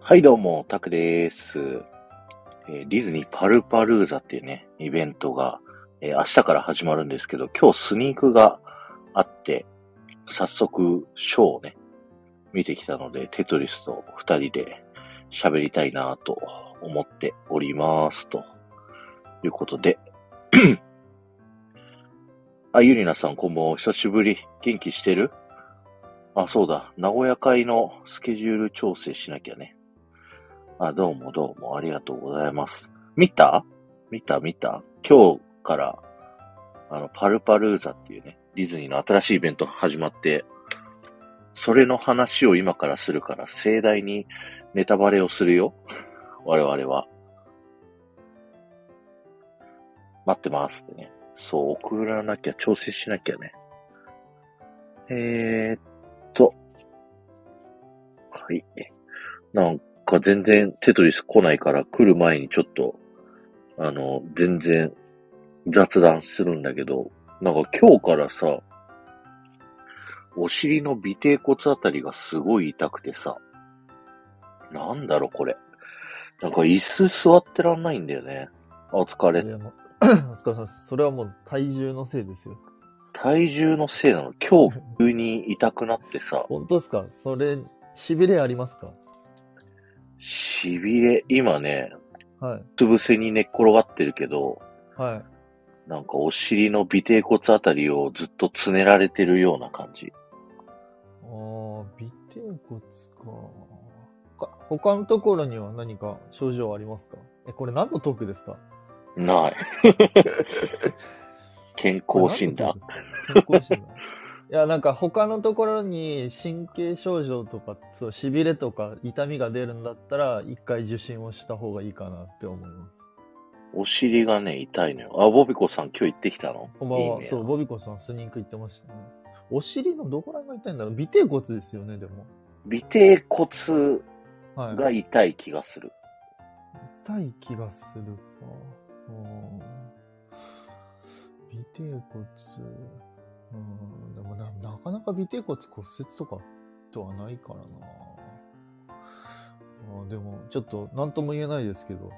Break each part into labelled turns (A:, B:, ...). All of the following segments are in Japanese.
A: はい、どうも、タクです。えーディズニーパルパルーザっていうね、イベントが、えー明日から始まるんですけど、今日スニークがあって、早速、ショーをね、見てきたので、テトリスと二人で喋りたいなぁと思っております。ということで。 あ、ゆりなさん、こんばんは。お久しぶり。元気してるあ、そうだ。名古屋会のスケジュール調整しなきゃね。あ、どうもどうもありがとうございます。見た見た見た今日から、あの、パルパルーザっていうね、ディズニーの新しいイベント始まって、それの話を今からするから、盛大にネタバレをするよ。我々は。待ってますってね。そう、送らなきゃ、調整しなきゃね。えーっと。はい。なんか全然テトリス来ないから来る前にちょっと、あの、全然雑談するんだけど、なんか今日からさ、お尻の尾低骨あたりがすごい痛くてさ、なんだろこれ。なんか椅子座ってらんないんだよね。あお疲れ
B: い。やもう お疲れ様です。それはもう体重のせいですよ。
A: 体重のせいなの。今日急に痛くなってさ、
B: 本当ですかそれ、痺れありますか
A: 痺れ、今ね、
B: はい。
A: うつ伏せに寝っ転がってるけど、
B: はい。
A: なんかお尻の尾低骨あたりをずっとつねられてるような感じ。
B: ああ、尾てい骨か。か他のところには何か症状ありますかえ、これ何のトークですか
A: ない。 健康診断。
B: これ何のトークですか健康診 断。いや、なんか他のところに神経症状とか、そう、痺れとか痛みが出るんだったら、一回受診をした方がいいかなって思います。
A: お尻がね、痛いのよ。あ、ボビコさん今日行ってきたの
B: こんばんは。
A: いいね
B: そう、ボビコさんスニーク行ってましたね。お尻のどこら辺が痛いんだろう尾てい骨ですよね、でも。
A: 尾低骨
B: は
A: が
B: い。
A: 痛い気がする。
B: 痛い気がするか。うん。尾てい骨。うん。でもな、なかなか尾てい骨骨折とかとはないからな。あーでも、ちょっと、なんとも言えないですけど。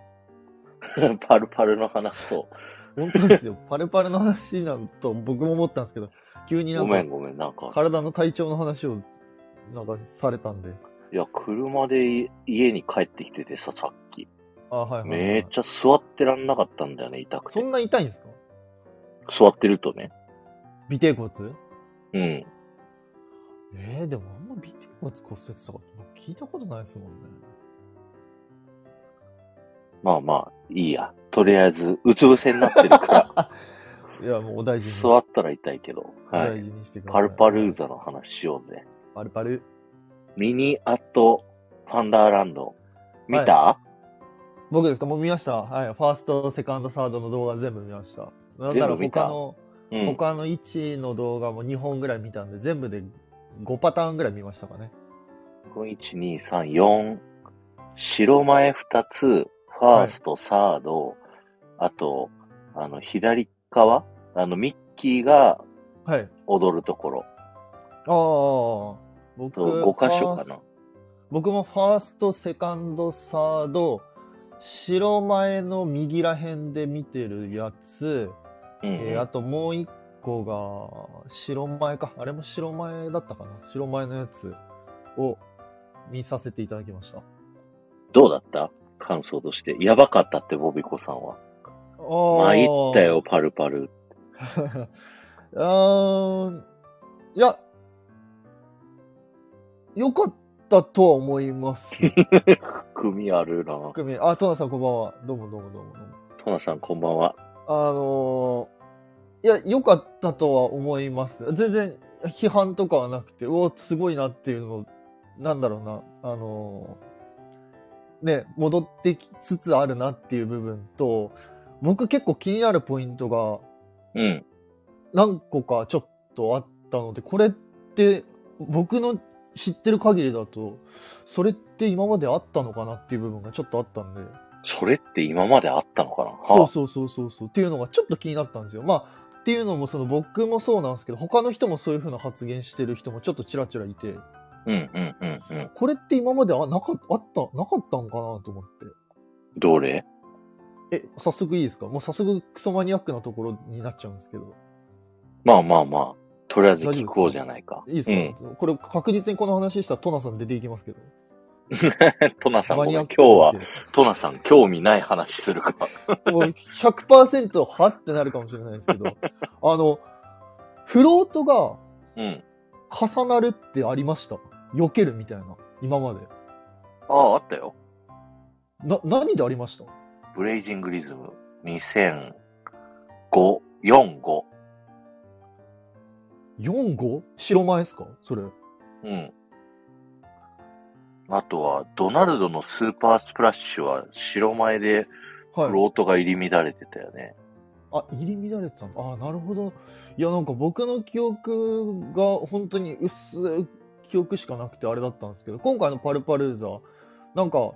A: パルパルの話そ
B: 本 当ですよ。パルパルの話なんと僕も思ったんですけど、急に
A: う。
B: な
A: ご
B: ん
A: め
B: か
A: ん、ごめん、なんか。
B: 体の体調の話を、なんかされたんで。
A: いや、車で家に帰ってきててさ、さっき。
B: あ、はいはい、はい。
A: めっちゃ座ってらんなかったんだよね、痛く
B: そ
A: て
B: ん。な痛いんですか
A: 座ってるとね。
B: 尾てい骨
A: うん。
B: えー、でもあんま尾てい骨骨折とかって聞いたことないですもんね。
A: まあまあ、いいや。とりあえず、うつ伏せになってるから、
B: いや、もうお 大事に。
A: 座ったら痛いけど。
B: お
A: は
B: 大
A: い。
B: 事にしてくださ
A: パ
B: い。
A: ルパルー。ザの話しようぜ。
B: パルパル。
A: ミニアットファンダーランド。見た、
B: 僕ですかもう見ました。はい。ファースト、セカンド、サードの動画全部見ました。なんな
A: 全
B: ら
A: 部見た
B: 他の、
A: うん。
B: 他の1の動画も2本ぐらい見たんで、全部で5パターンぐらい見ましたかね。
A: 1、2、3、4。白前2つ、ファースト、サード、あと、あの、左側あの、ミッキーが
B: はい。
A: 踊るところ
B: ああ、僕、
A: と5箇所か
B: ファー
A: な
B: ス。僕もファースト、セカンド、サード、白前の右ら辺で見てるやつ、
A: うんうん、
B: えーあともう一個が、白前か。あれも白前だったかな。白前のやつを見させていただきました。あ
A: どうだった感想として。やばかったって、ボビコさんは。
B: あ
A: 参った。よ、パルパル。
B: うーん。いや、よかったとは思 います。
A: 組あるな
B: 含めあ、トナさんこんばんは。どうもどうもどうもどうも。
A: トナさん、こんばんは。
B: あのーいや、良かったとは思います。全然批判とかはなくて、うお、すごいなっていうのを、なんだろうな、あのーね、戻ってきつつあるなっていう部分と、僕結構気になるポイントが
A: うん。
B: 何個かちょっとあったので、これって僕の知ってる限りだと、それって今まであったのかなっていう部分がちょっとあったんで、
A: それって今まであったのかな
B: そう
A: は
B: そうそうそうそうっていうのがちょっと気になったんですよ。まあっていうのもその僕もそうなんですけど他の人もそういう風な発言してる人もちょっとちらちらいて
A: あうんうんうんうん。
B: これって今まであなかあった、なかったんかなと思っ
A: どれ
B: て。え、早速いいですかもう早速クソマニアックなところになっちゃうんですけど。
A: まあまあまあ、とりあえず聞こうじゃないか。
B: いいですか、これ確実にこの話したらトナさん出ていきますけど。
A: うん。 トナさん、ご
B: マ
A: めん
B: ニア
A: 今
B: ック
A: 日は、トナさん、興味ない話するか。
B: は。もう100%はってなるかもしれないですけ ど。あの、フロートが
A: うん。
B: 重なるってありました避けるみたいな。今まで。
A: ああ、あったよ。
B: な、何でありました
A: ブレイジングリズム2005、45。
B: 4号白前ですかそれ。
A: うん。あとは、ドナルドのスーパースプラッシュは、白前で、
B: はい。
A: ロートが入り乱れてたよね。
B: あ、入り乱れてたのあ、なるほど。いや、なんか僕の記憶が本当に薄い記憶しかなくてあれだったんですけど、今回のパルパルーザー、なんか、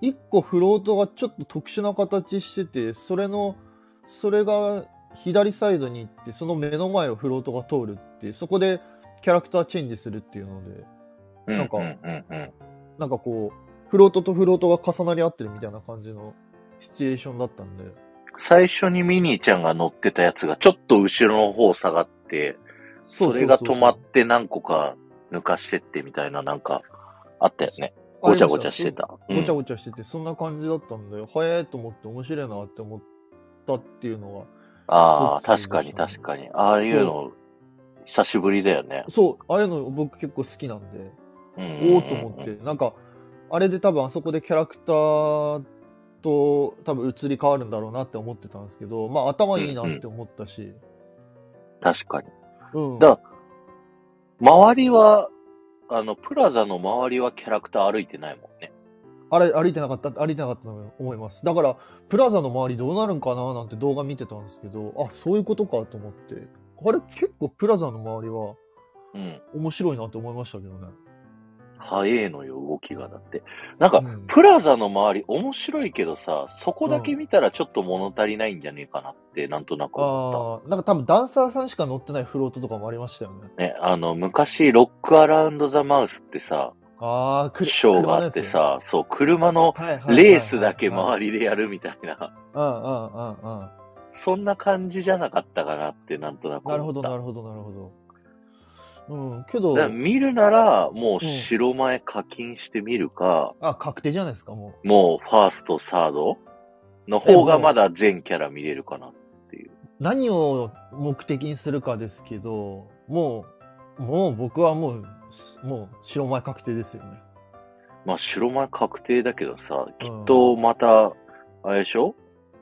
B: 一個フロートがちょっと特殊な形してて、それの、それが左サイドに行って、その目の前をフロートが通るっていう、そこでキャラクターチェンジするっていうので、
A: うん
B: なんか
A: うんうんうん。
B: なんかこう、フロートとフロートが重なり合ってるみたいな感じのシチュエーションだったんで、
A: 最初にミニーちゃんが乗ってたやつが、ちょっと後ろの方下がって、そ
B: そ
A: う
B: そう
A: れ
B: そう
A: が
B: そう
A: 止まって何個か抜かしてってみたいな、なんか、あったよね。
B: あ
A: ご
B: り
A: ちゃ
B: また
A: ごちゃしてた。
B: ごちゃ
A: うん
B: ごちゃしてて、そんな感じだったんで、早いと思って面白いなって思ったっていうのは、
A: ああ、
B: ちょっと
A: 確かに確かに。ああいうの、久しぶりだよね。
B: そう、ああいうの僕結構好きなんで、お
A: お
B: おと思って、なんか、あれで多分あそこでキャラクターと多分移り変わるんだろうなって思ってたんですけど、まあ頭いいなって思ったし、
A: 確かに。
B: うん。
A: だ周りは、あの、プラザの周りはキャラクター歩いてないもんね。
B: あれ、歩いてなかった、歩いてなかったと思います。だから、プラザの周りどうなるんかななんて動画見てたんですけど、あ、そういうことかと思って、あれ結構プラザの周りは
A: うん。
B: 面白いなって思いましたけどね。
A: 早えのよ、動きがだって。なんか、
B: うん
A: プラザの周り面白いけどさ、そこだけ見たらちょっと物足りないんじゃねえかなって、なんとなく思っ
B: ああ、なんか多分ダンサーさんしか乗ってないフロートとかもありましたよね。
A: た。ね、あの、昔、ロックアラウンドザマウスってさ、
B: ああ、くる
A: ショーがあって、さ、そう、車の
B: 車のやつね
A: レースだけ
B: はいはいはいはい
A: 周りでやるみたいな、
B: うんうんうんうん。
A: そんな感じじゃなかったかなって、なんとなく思った。
B: なるほど、なるほど、なるほど。うん、けど
A: だ、から見るなら、もう白前課金してみるか、
B: あ、確定じゃないですか、も
A: もうファースト、サードの方がまだ全キャラ見れるかな。
B: う。何を目的にするかですけど、もう、もう僕はもう、もう、白前確定ですよね。
A: まあ、白前確定だけどさ、
B: う
A: きっ
B: ん
A: とまた、あれでしょ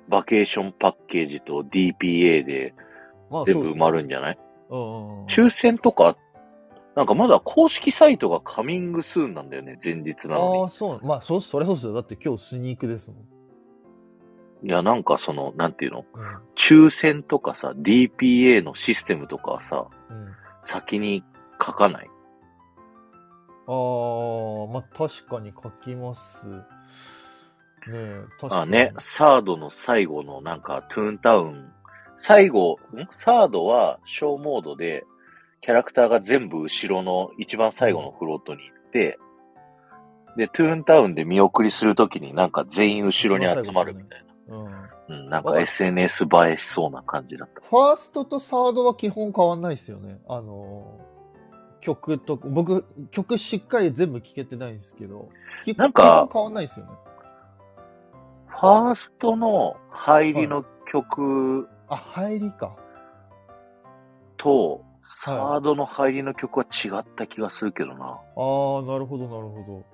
A: バケーションパッケージと DPA で
B: まあ、
A: 全部
B: そ
A: 埋
B: うです
A: まるんじゃない
B: うんうんうん。
A: 抽選とか、なんかまだ公式サイトがカミングスーンなんだよね、前日な
B: あ
A: の
B: あ、そう、まあ、そう、それそうですよ。だって今日スニークですもん。
A: に。いや、なんかその、なんていうの
B: う
A: 抽選とかさ、DPA のシステムとかはさ、
B: ん。うん
A: 先に書かない。
B: ああ、まあ確かに書きます。ねえ、確かに。
A: あね、サードの最後のなんか、トゥーンタウン、最後、んサードはショーモードで、キャラクターが全部後ろの一番最後のフロートに行って、で、トゥーンタウンで見送りするときになんか全員後ろに集まるみたい
B: うん。フ
A: な。うん、なんか SNS 映えしそうな感じだった。
B: ァーストとサードは基本変わんないですよね。あのー曲と、僕、曲しっかり全部聴けてないんですけど、き
A: なんか
B: 基本変わんないですよね。
A: ファーストの入りの曲
B: あ、入りか。
A: と、
B: はい
A: サードの入りの曲は違った気がするけどな。
B: ああ、なるほど、なるほど。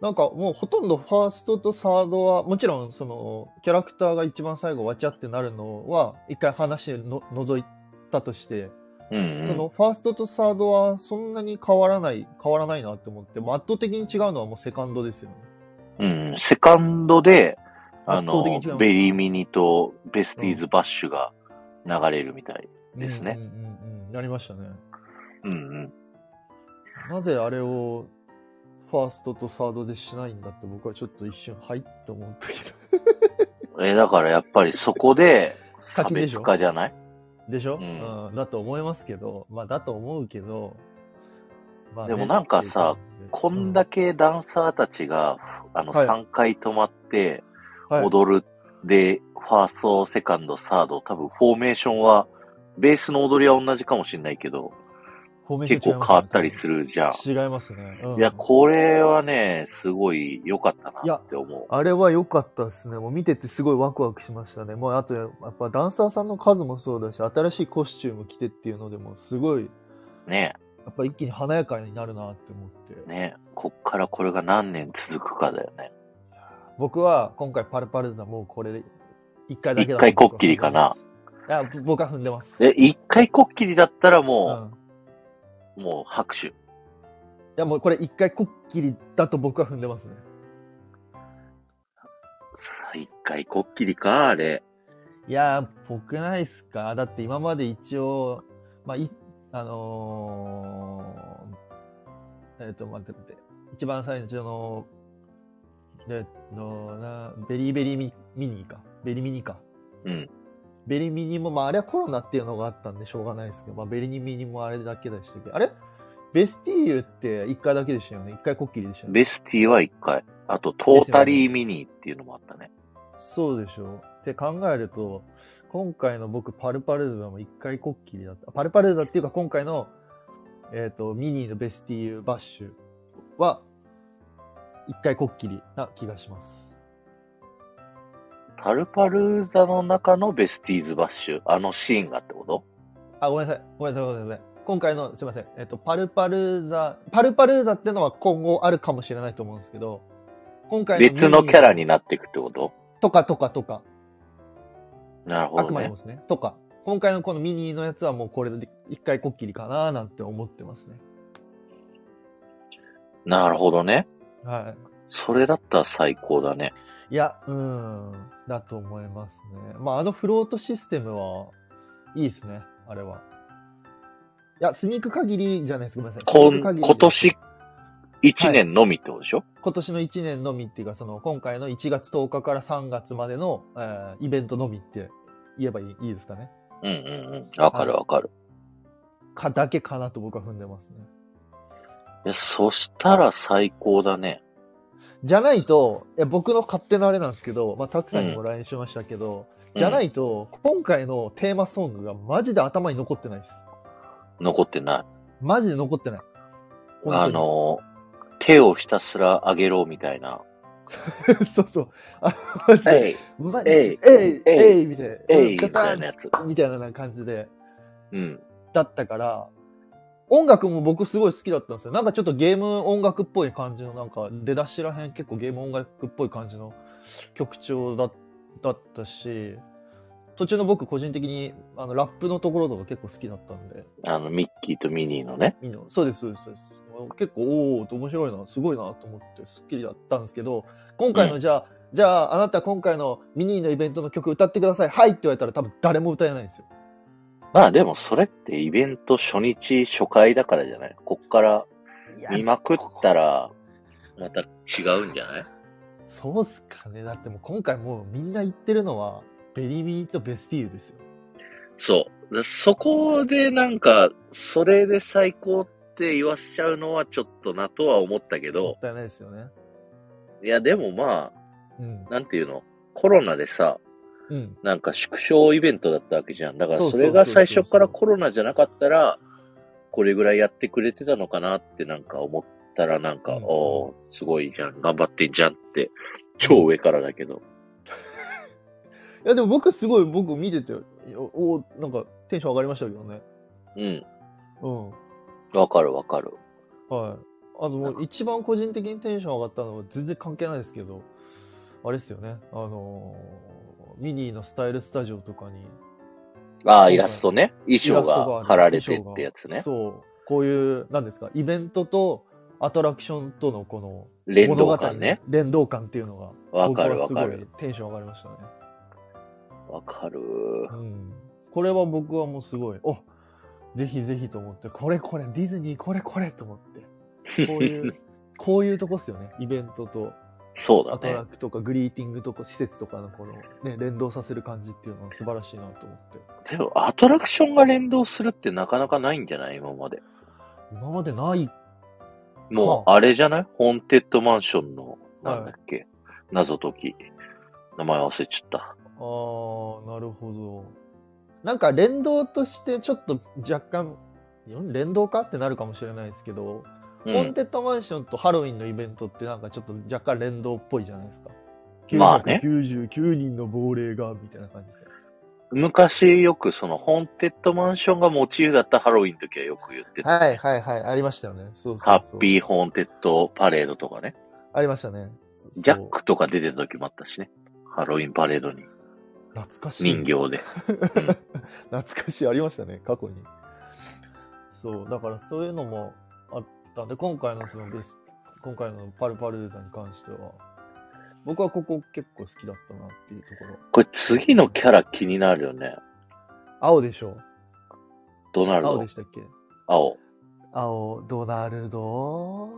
B: なんかもうほとんどファーストとサードは、もちろんそのキャラクターが一番最後わちゃってなるのは、一回話の覗いたとして、
A: うん、うん。
B: そのファーストとサードはそんなに変わらない、変わらないなって思って、もう圧倒的に違うのはもうセカンドですよね。
A: うん、セカンドで、あ
B: 圧倒
A: の
B: 的に違います、ね
A: ベリーミニとベスティーズバッシュが流れるみたい。ですね
B: うんうんうんうん、やりましたね。
A: うんうん。
B: なぜあれをファーストとサードでしないんだって僕はちょっと一瞬、はいって思ったけ
A: え、だからやっぱりそこで、差
B: 課金でし
A: 別
B: ょ
A: 化じゃない
B: ど。でしょ、
A: うん
B: うんだと思いますけど、まあだと思うけど、まあ
A: でもなんかさ、こんだ
B: け
A: けダンサーたちが、あの、
B: はい
A: 3回止まって、踊る、で、ファースト、セカンド、サード、多分フォーメーションは、ベースの踊りは同じかもしれないけど、結構変わったりす
B: る
A: るじゃん。
B: 違いますね。うん
A: いや、これはね、すごい良かったなって思
B: あれは良かったですね。もう見ててすごいワクワクしましたね。もうあとやっぱダンサーさんの数もそうだし、新しいコスチューム着てっていうのでもすごい、や
A: う。ね、
B: っぱ一気に華やかになるなって思って。
A: ね、こっからこれが何年続くかだよね。
B: 僕は今回パルパルザもうこれ一回だけだ
A: 一回こっきりかな。
B: 僕は踏んでますいや、僕は踏んでます。
A: え、一回こっきりだったら
B: うん、
A: も、
B: いう
A: もう拍手。
B: やもうこれ一回こっきりだと僕は踏んでますね。
A: 一回こっきりか、あれ。
B: いやー、ぽくないっすかだって今まで一応、まあ、い、あのー、えっ、と、待って待って。一番最初の、えっと、な、ベリーベリーミミニーか。ベリミニか。
A: うん。
B: ベリミニも、まあ、あれはコロナっていうのがあったんでしょうがないですけど、まあ、ベリミニもあれだけでしたけど、あれベスティーユって一回だけでしたよね。一回こっきりでしたよね。
A: ベスティは一回。あと、トータリーミニーっていうのもあったね。
B: そうでしょう。って考えると、今回の僕、パルパルーザも一回こっきりだった。パルパルーザっていうか、今回の、えっ、と、ミニーのベスティーユバッシュは、一回こっきりな気がします。
A: タルパルーザの中のベスティーズバッシュ。あのシーンがってこと
B: あ、ごめんなさい。ごめんなさい。ごめんなさい。今回の、すいません。えっ、と、パルパルーザ、パルパルーザってのは今後あるかもしれないと思うんですけど、今回ミニー
A: 別のキャラになっていくってこと
B: とかとかとか、
A: なるほ
B: あく
A: ど
B: まで
A: ね
B: も。ですね。とか、今回のこのミニーのやつはもうこれで一回こっきりかなーなんて思ってますね。
A: なるほどね。
B: はい。
A: それだったら最高だね。
B: いや、うん、だと思いますね。まあ、あのフロートシステムは、いいですね、あれは。いや、スニーク限りじゃないです、ごめんなさい。
A: こ
B: スニーク限
A: ん
B: りで
A: 今年1年のみってことでしょ、
B: 今年の1年のみっていうか、その、今回の1月10日から3月までの、えーイベントのみって言えばいいいいですかね。
A: うんうんうん。わかるわかる。
B: か、だけかなと僕は踏んでますね。
A: いやそしたら最高だね。
B: じゃないと、いや僕の勝手なあれなんですけど、まあ、たくさんにも LINE しましたけど、じゃないと、今回のテーマソングがマジで頭に残ってないです。
A: 残ってない。
B: マジで残ってない。本当に
A: あの、手をひたすら上げろみたいな。
B: そうそう。あマジで。
A: い、
B: ま
A: えい
B: えい、
A: えい
B: えい、みたいな。
A: えい、
B: ガ
A: み
B: タ
A: た
B: ン
A: いなやつ。
B: みたいな感じで、
A: うん。
B: だったから、音楽も僕すごい好きだったんですよ。なんかちょっとゲーム音楽っぽい感じの、なんか出だしらへん結構ゲーム音楽っぽい感じの曲調だだったし、途中の僕個人的にあのラップのところとか結構好きだったんで、
A: あの、ミッキーとミニーのね。
B: いいのそうです、そうです、そうです。結構、おお、面白いな、すごいなと思って、スッキリだったんですけど、今回
A: う
B: の、じゃあ、じゃあ、あなた今回のミニーのイベントの曲歌ってください、はいって言われたら多分誰も歌えないんですよ。
A: まあでもそれってイベント初日、初回だからじゃないこっから
B: いや
A: 見まくったら、また違うんじゃない
B: そうっすかね。だってもう今回もうみんな言ってるのは、ベリーミーとベスティーユですよ。
A: そう。でそこでなんか、それで最高って言わしちゃうのはちょっとなとは思ったけ
B: も
A: ど
B: っ、たいないですよね。
A: いやでもま
B: うん
A: あ、。なんていうのコロナでさ、
B: うん。
A: なんか縮小イベントだったわけじゃん。だから
B: そう
A: そ
B: そう
A: れが
B: そうそう
A: 最初からコロナじゃなかったら、これぐらいやってくれてたのかなってなんか思ったらなんか、
B: うん
A: おーすごいじゃん、頑張ってんじゃんって、超上からだけど。
B: いや、でも僕すごい、僕見てて、おおなんかテンション上がりましたけどね。
A: うん。
B: うん。
A: わかるわかる。
B: はい。あの、もう一番個人的にテンション上がったのは全然関係ないですけど、あれですよね。あのーミニーのスタイルスタジオとかに
A: ああ、
B: うん
A: イラストね。衣装が貼られてってやつね。
B: そう。こういう、なんですか、イベントとアトラクションとのこの
A: 連
B: 物
A: 動
B: 語
A: 感
B: の
A: ね。
B: 連動感っていうのが、
A: わかる
B: 僕は
A: わ
B: すご
A: か
B: い
A: る。
B: テンション上がりましたね。
A: わかる。
B: うん。これは僕はもうすごい、おぜひぜひと思って、これこれ、ディズニーこれこれと思って、こういう、 こういうとこっすよね。イベントと
A: そうだ
B: アト
A: ね
B: ラ。クとかグリーティングとか施設とかのこの、ね、連動させる感じっていうのは素晴らしいなと思っ
A: で
B: て。
A: もアトラクションが連動するってなかなかないんじゃない今まで。
B: 今までない
A: もう、あれじゃないホーンテッドマンションの、なんだっけ、謎解き。名前忘れちゃった。
B: あー、なるほど。なんか連動としてちょっと若干、ん連動かってなるかもしれないですけど、
A: う
B: ホーン
A: ん。
B: テッドマンションとハロウィンのイベントってなんかちょっと若干連動っぽいじゃないですか。
A: まあね
B: 999人の亡霊が、みたいな感じで。
A: 昔よくその、ホーンテッドマンションがモチーフだったハロウィンの時はよく言ってた。
B: はいはいはい、ありましたよね。そうそ
A: ハ
B: うそう。
A: ッピーホーンテッドパレードとかね。
B: ありましたね。
A: ジャ
B: そ
A: ッ
B: う
A: クとか出てた時もあったしね。ハロウィンパレードに。
B: 懐かしい。
A: 人形で。
B: 懐かしいありましたね過去にそうだからそういうのもあったんで今回のそのベス今回のパルパルデザに関しては僕はここ結構好きだったなっていうところ
A: これ次のキャラ気になるよね。
B: 青でしょ
A: ドナルド。
B: 青
A: 青
B: でしたっけ青ドナルド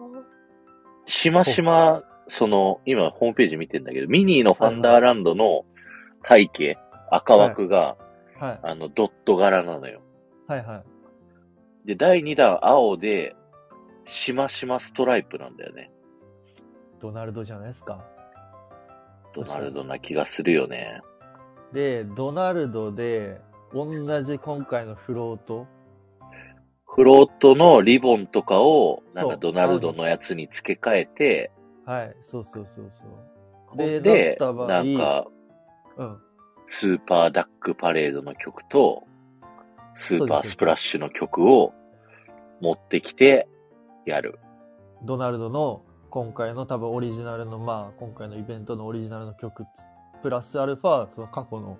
A: しましま、その、今ホームページ見てんだけど、ミニーのファンダーランドの背景、赤枠が、
B: はい
A: あの、ドット柄なのよ。
B: はいはい
A: で、第2弾、青で、しましまストライプなんだよね。
B: ドナルドじゃないですか
A: ドナルドな気がするよね。
B: でドナルドで同じ今回のフロート
A: フロートのリボンとかを、なん
B: そ
A: か
B: う
A: ドナルドのやつに付け替えて、
B: はいそうそうそうそう
A: で
B: でだった場合
A: なんか、
B: うん
A: スーパーダックパレードの曲と、スーパースプラッシュの曲を持ってきてやる。
B: ドナルドの今回の多分オリジナルのまあ今回のイベントのオリジナルの曲つプラスアルファその過去の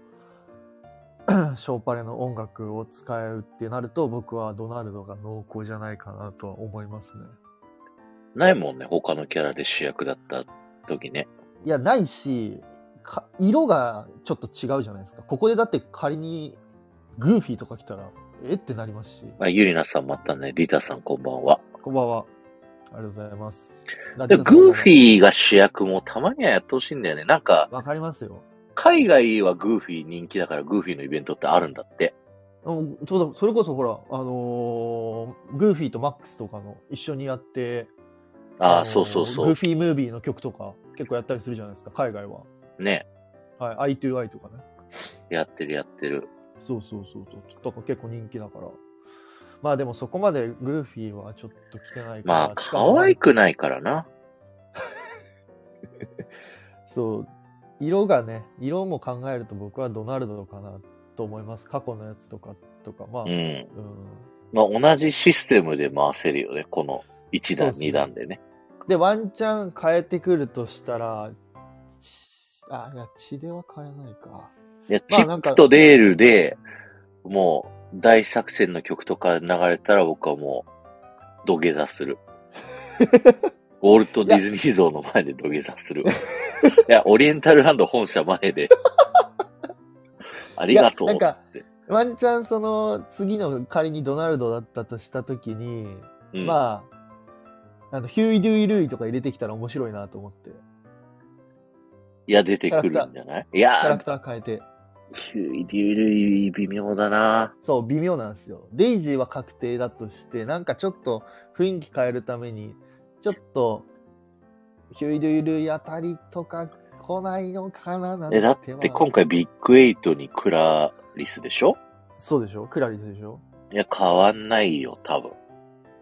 B: ショーパレの音 楽を使うってなると僕はドナルドが濃厚じゃないかなとは思いますね。
A: ないもんね、他のキャラで主役だった時ね。
B: いやないしか色がちょっと違うじゃないですか。ここでだって仮にグーフィーとか来たらえってなりますし。
A: あ、ゆりなさんまたね、リタさんこんばんは。
B: こんばんは。ありがとうございます。
A: でグーフ
B: ー
A: ィーが主役もたまにはやってほしいんだよね。なんか、
B: わかりますよ。
A: 海外はグーフィー人気だからグーフィーのイベントってあるんだって。
B: うんそうだそれこそほら、あのーグーフィーとマックスとかの一緒にやって、
A: あ
B: の
A: あ、
B: ー
A: そうそうそ
B: グー
A: う。
B: フィームービーの曲とか結構やったりするじゃないですか、海外は。
A: ね。
B: はい、I to I とかね。
A: やってるやってる。
B: そうそうそうそう。だから結構人気だから。まあでもそこまでグーフィーはちょっと来てないから。
A: まあ、
B: し
A: 可
B: かも
A: 愛くないからな。
B: そう。色がね、色も考えると僕はドナルドかなと思います。過去のやつとか、とか、まあ、
A: う
B: うん。
A: ん。まあ、同じシステムで回せるよね。この1
B: そ
A: 弾、
B: うですね
A: 2弾でね。
B: で、ワンチャン変えてくるとしたら、ちあ、いや、血では変えないか。
A: いや、
B: まあ
A: チ
B: なん
A: ッ
B: か
A: プとデールで、もう、大作戦の曲とか流れたら僕はもう、土下座す る。ウォルト・ディズニー像の前で土下座するわ。いや、オリエンタルランド本社前で。ありがとう
B: いや
A: っ
B: なんか
A: つって。
B: ワンチャンその次の仮にドナルドだったとしたときに、
A: うん、
B: まあ、あの、ヒューイ・ドゥイ・ルイとか入れてきたら面白いなと思って、
A: いや、出てくるんじゃないいや
B: キャラ
A: ー
B: ク、ター変えて。
A: キュイデュルイ微妙だな
B: そう、微妙なんですよ。デイジーは確定だとして、なんかちょっと雰囲気変えるために、ちょっと、ヒューイ・ドゥイ・ルイあたりとか来ないのかななん
A: え、
B: て。
A: だって今
B: まあ
A: 回ビッグエイトにクラリスでしょ
B: そうでしょクラリスでしょ
A: いや、変わんないよ、多分。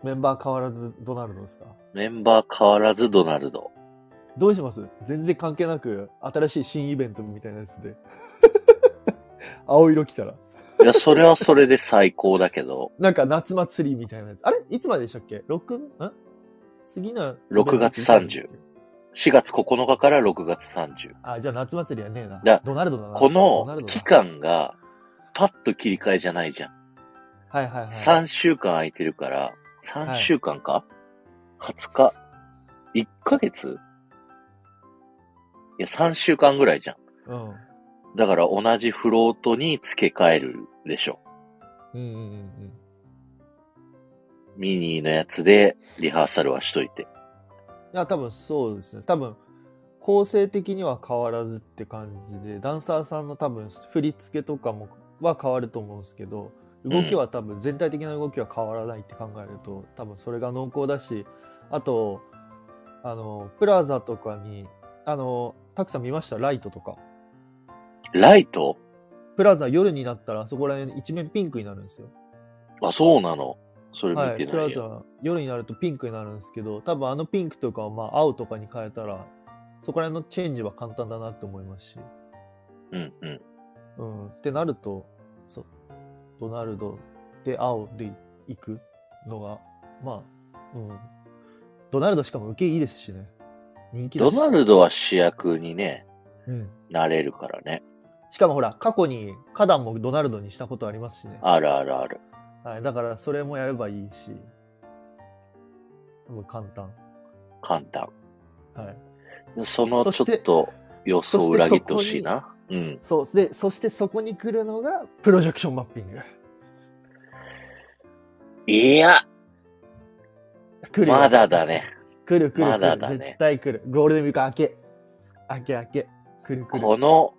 B: メンバー変わらずドナルドですか
A: メンバー変わらずドナルド。
B: どうします全然関係なく、新しい新イベントみたいなやつで。 青色来たら。
A: いや、それはそれで最高だけど、
B: なんか夏祭りみたいなやつ。あれいつまででしたっけ ?6? ん次の。
A: 6月30。4月9日から6月30。
B: あ、じゃあ夏祭りはねえな。
A: だ
B: ドナルドだな。
A: こ
B: ドナ
A: の
B: ルドだ
A: 期。間が、パッと切り替えじゃないじゃん。
B: はいはいはい。
A: 3週間空いてるから、3週間か、?20 日 ?1 ヶ月いや、3週間ぐらいじゃん。
B: うん。
A: だから同じフロートに付け替えるでしょ。
B: うんうんうんうん。
A: ミニーのやつでリハーサルはしといて。
B: いや、多分そうですね。多分、構成的には変わらずって感じで、ダンサーさんの多分、振り付けとかもは変わると思うんですけど、動きは多分、全体的な動きは変わらないって考えると、多分それが濃厚だし、あと、あの、プラザとかに、あの、たくさん見ましたライトとか。
A: ライト
B: プラザ夜になったらそこら辺一面ピンクになるんですよ。
A: あ、そうなの。それ
B: は
A: 見
B: い。
A: て
B: プ
A: な
B: ラ
A: いよ。
B: ザ夜になるとピンクになるんですけど、多分あのピンクとかをまあ青とかに変えたら、そこら辺のチェンジは簡単だなって思いますし。
A: うんうん。
B: うん。ってなると、そう、ドナルドで青で行くのが、まあ、うん。ドナルドしかも受けいいですしね。人気だ
A: ド
B: し。
A: ナルドは主役にね、
B: うん。
A: なれるからね。
B: しかもほら、過去に花壇もドナルドにしたことありますしね。
A: あるあるある。
B: はい。だから、それもやればいいし。多分簡単。
A: 簡単。
B: はい。
A: その
B: そ
A: ちょ
B: し
A: ってと予想を裏切ってほしいな。うん。
B: そう。で、そしてそこに来るのが、プロジェクションマッピング。
A: いや、
B: 来るよ
A: まだだね。。
B: 来る来る来る。
A: まだだね
B: 絶対来る。ゴールデンウィーク明け。明け明け。来る来る。
A: この、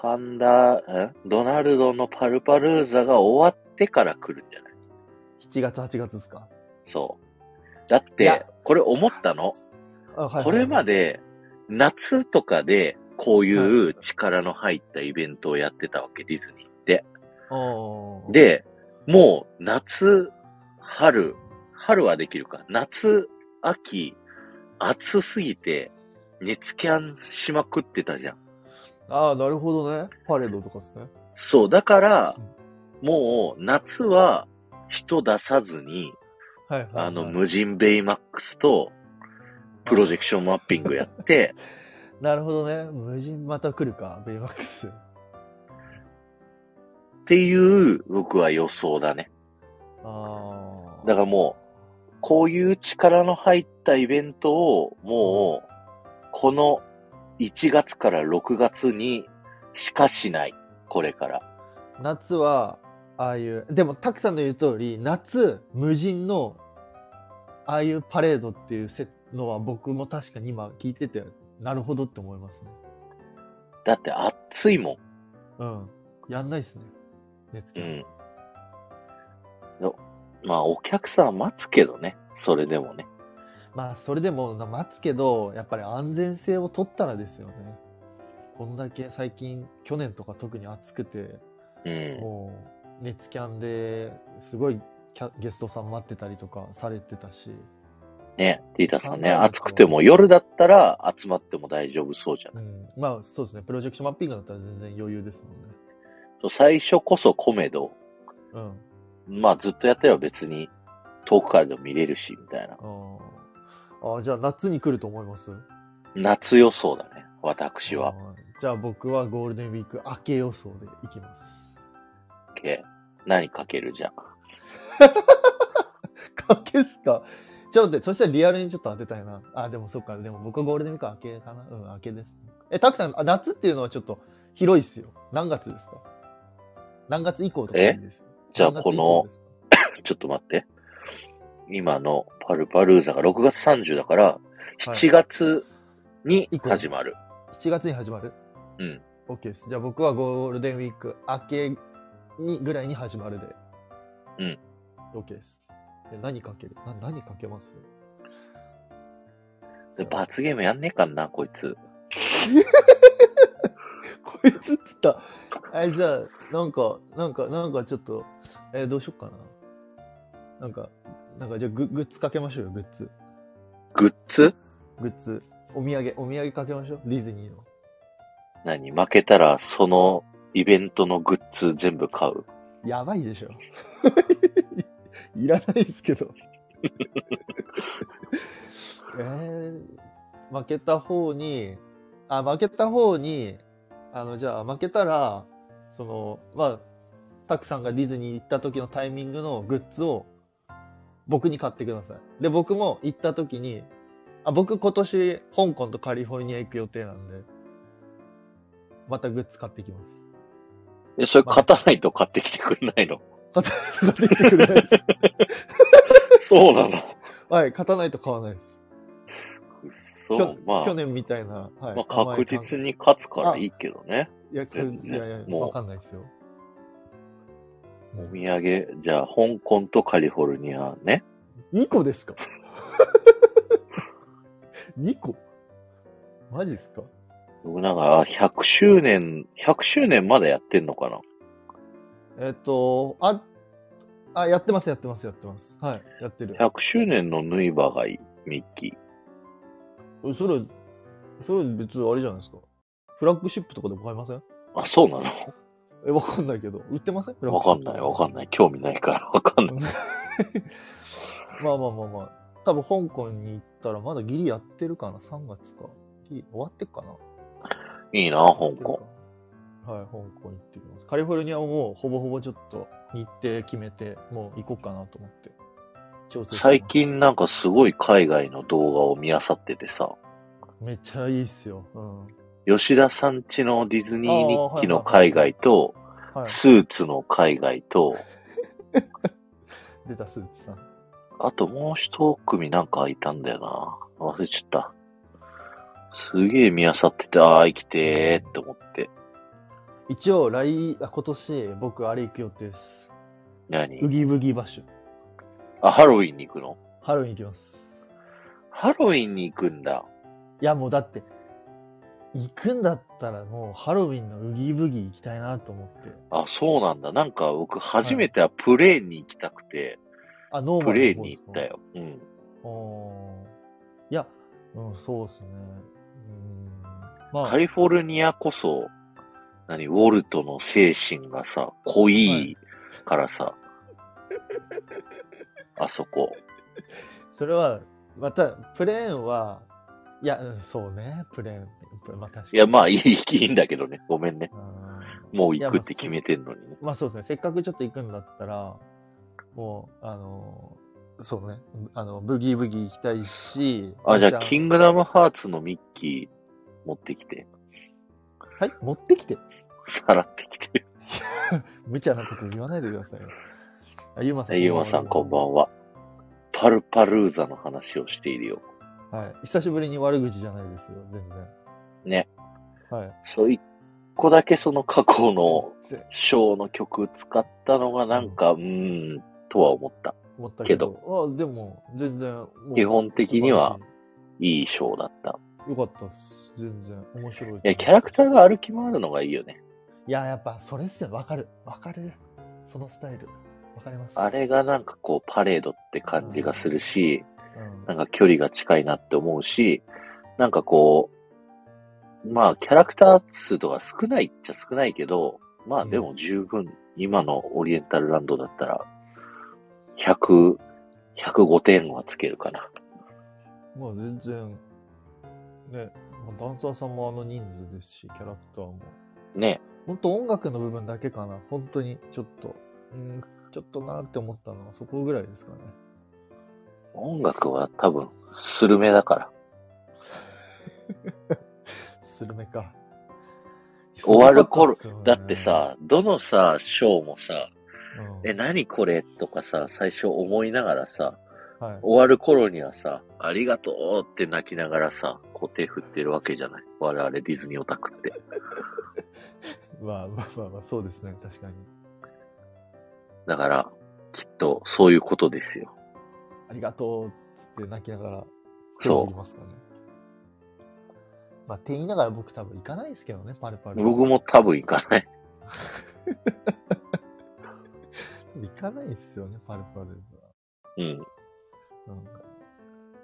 A: ファンダー、んドナルドのパルパルーザが終わってから来るんじゃない
B: 7月8月ですか。
A: そう。だっ
B: い
A: て
B: や、
A: これ思ったの。
B: あはいはいはい
A: これまで、夏とかで、こういう力の入ったイベントをやってたわけ、ディズニーって。
B: おー、
A: で、もう、夏、春、春はできるか。夏、秋、暑すぎて、熱キャンしまくってたじゃん。
B: ああ、なるほどね。パレードとかですね。
A: そう、だから、もう、夏は、人出さずに、
B: はいはい、はい。
A: あの、無人ベイマックスと、プロジェクションマッピングやって、
B: なるほどね。無人また来るか、ベイマックス。
A: っていう、僕は予想だね。
B: ああ。
A: だからもう、こういう力の入ったイベントを、もう、この1月から6月にしかしない。これから。
B: 夏は、ああいう、でも、たくさんの言う通り、夏、無人の、ああいうパレードっていうせのは、僕も確かに今聞いてて、なるほどって思いますね。
A: だって暑いも
B: うん。やんないっすね。熱
A: ん。う
B: 気。
A: ん。のまあ、お客さんは待つけどね。それでもね。
B: まあ、それでも、な待つけど、やっぱり安全性を取ったらですよね。こんだけ最近、去年とか特に暑くて、
A: うん。
B: もう、熱キャンですごいキャゲストさん待ってたりとかされてたし、
A: ね、ティータさんね、
B: 考えると
A: 暑くても夜だったら集まっても大丈夫そうじゃん。
B: うん、まあそうですね、プロジェクションマッピングだったら全然余裕ですもんね。
A: 最初こそコメド、
B: うん
A: まあずっとやってれば別に遠くからでも見れるし、みたいな。
B: あーあーじゃあ夏に来ると思います
A: 夏予想だね、私は
B: あ。ーじゃあ僕はゴールデンウィーク明け予想でいきます。
A: OK 何かけるじゃん。
B: かけっすかちょっと待って、そしたらリアルにちょっと当てたいな。あ、でもそっか、でも僕はゴールデンウィーク明けかなうん、明けです、ね。え、たくさん、あ夏っていうのはちょっと広いっすよ。何月ですか何月以降とかでいいですよ。
A: じゃあ
B: 何月以降
A: こ
B: ですか
A: ちょっと待って。今のパルパルーザが6月30だから、
B: はい
A: 7月に始まる。
B: 7月に始まる
A: うん。
B: OK です。じゃあ僕はゴールデンウィーク明けにぐらいに始まるで。
A: うん。
B: OK です。で何かけるな何かけます
A: で罰ゲームやんねえかんな、こいつ。
B: こいつっつった。え、じゃあ、なんか、なんか、なんかちょっと、えーどうしよっかな。なんか、なんかじゃあググッズかけましょうよ、グッズ。
A: グッズ
B: グッズ。お土産、お土産かけましょう。ディズニーの。
A: 何負けたらそのイベントのグッズ全部買う。
B: やばいでしょ。 いらないですけど。 えー、負けた方に、あ、負けた方に、あの、じゃあ負けたら、その、まあ、たくさんがディズニー行った時のタイミングのグッズを僕に買ってください。で、僕も行った時に、あ、僕今年香港とカリフォルニア行く予定なんで、またグッズ買ってきます。
A: え、それ勝たないと買ってきてくれないの
B: 買ってきてくれないです。
A: そうなの。
B: はい、勝たないと買わないです。
A: うっ
B: き
A: そ
B: ょ、
A: まあ
B: 去、年みたいな、はい
A: まあ確実。に勝つからいいけどね。
B: 甘い感じいや、いやいや、
A: もう
B: わかんないですよ。
A: お土産、じゃあ、香港とカリフォルニアね。
B: 2個ですか 2個マジですか
A: 僕なんか、あ100周年、100周年まだやってんのかな
B: えっと、あ、あ、やってます、やってます、やってます。はい、やってる。
A: ?100 周年の縫い歯がいい、ミッキー。
B: それ、それ別にあれじゃないですか。フラッグシップとかでも買えません
A: あ、そうな
B: え、わかんないけど。売ってませんフラ
A: の
B: ッ
A: わ
B: グシ
A: かん
B: ップ
A: ない、わかんない。興味ないから、 わかんない。
B: まあまあまあまあ。多分香港に行ったらまだギリやってるかな ?3 月か。ギリ終わってっかない
A: いな、香港。。
B: はい、香港行ってきます。カリフォルニアももうほぼほぼちょっと日程決めて、もう行こうかなと思って。調整してます
A: 最近なんかすごい海外の動画を見漁っててさ、
B: めっちゃいいっすよ。うん。
A: 吉田さんちのディズニー日記の
B: あーはいはいはい
A: 海外と、
B: はい。
A: スーツの海外と、
B: 出たスーツさん。
A: あともう一組なんかいたんだよな。忘れちゃった。すげえ見漁ってて、ああ、生きてーって思って。
B: 一応、来、あ、今年、僕、あれ行く予定です。ウ
A: 何
B: ギブギバッシュ。
A: あ、ハロウィンに行くの
B: ハロウィン行きます。
A: ハロウィンに行くんだ。
B: いや、もうだって、行くんだったらもうハロウィンのウギブギ行きたいなと思って。
A: あ、そうなんだ。なんか僕初めてはプレーに行きたくて、
B: あ、ノーマ
A: プ
B: ル
A: レー
B: の方で
A: に
B: す
A: 行
B: か
A: った。よ。うん。
B: おーいや、うん、そうですね。うん。まあ、
A: カリフォルニアこそ、何、ウォルトの精神がさ、濃いからさ、あそこ。
B: それは、また、プレーンは、いや、うん、そうね、プレーン。プレまあ、確かに。
A: いや、まあ、
B: い
A: いい、いいんだけどね。ごめんね。もう行くって決めてんのにね。
B: まあそうですね、せっかくちょっと行くんだったら、もう、あのーそうね、あの、ブギーブギー行きたいし、
A: あ、じ
B: ワンち
A: ゃあ、
B: ん
A: キングダムハーツのミッキー持ってきて。
B: はい、持ってきて。
A: さらってきて。
B: 無茶なこと言わないでくださいよ。あゆうまさん。
A: ゆうまさん、こんばんは。パルパルーザの話をしているよ。
B: は。はい。久しぶりに悪口じゃないですよ、全然。
A: ね。
B: はい。
A: そう、一個だけその過去の
B: 全然
A: ショーの曲使ったのがなんか、うーん、とは思った。
B: 思ったけど。あ、でも、全然。もう
A: 基本的には。いいショーだった。
B: 素晴らしいよかったっす。全然。面白いと思う。
A: いや、キャラクターが歩き回るのがいいよね。
B: いや、やっぱ、それっすよ。わかる。わかる。そのスタイル。わかります。
A: あれがなんかこう、パレードって感じがするし、
B: うん。
A: なんか距離が近いなって思うし、なんかこう、まあキャラクター数とか少ないっちゃ少ないけど、まあでも十分、今のオリエンタルランドだったら、100、105点はつけるかな。
B: まあ全然、ね、まあダンサーさんもあの人数ですし、キャラクターも。
A: ね。
B: ほんと音楽の部分だけかな。本当にちょっと、うん、ちょっとなって思ったのはそこぐらいですかね。
A: 音楽は多分、スルメだから。
B: スルメか。
A: 終わる頃
B: すご
A: だ
B: かたすよね
A: って、さ、どのさ、ショーもさ、
B: うん
A: え、何これとかさ、最初思いながらさ、
B: はい、
A: 終わる頃にはさ、ありがとうって泣きながらさ、こう手振ってるわけじゃない。我々ディズニーオタクって。
B: まあまあまあまあ、そうですね、確かに。
A: だから、きっとそういうことですよ。
B: ありがとうっつって泣きながら、
A: そう
B: 手を振りますかね。まあ、って言いながら僕多分行かないですけどね、パルパル。
A: 僕も多分行かない。
B: 行かないですよね、パルパルは。
A: うん。
B: うん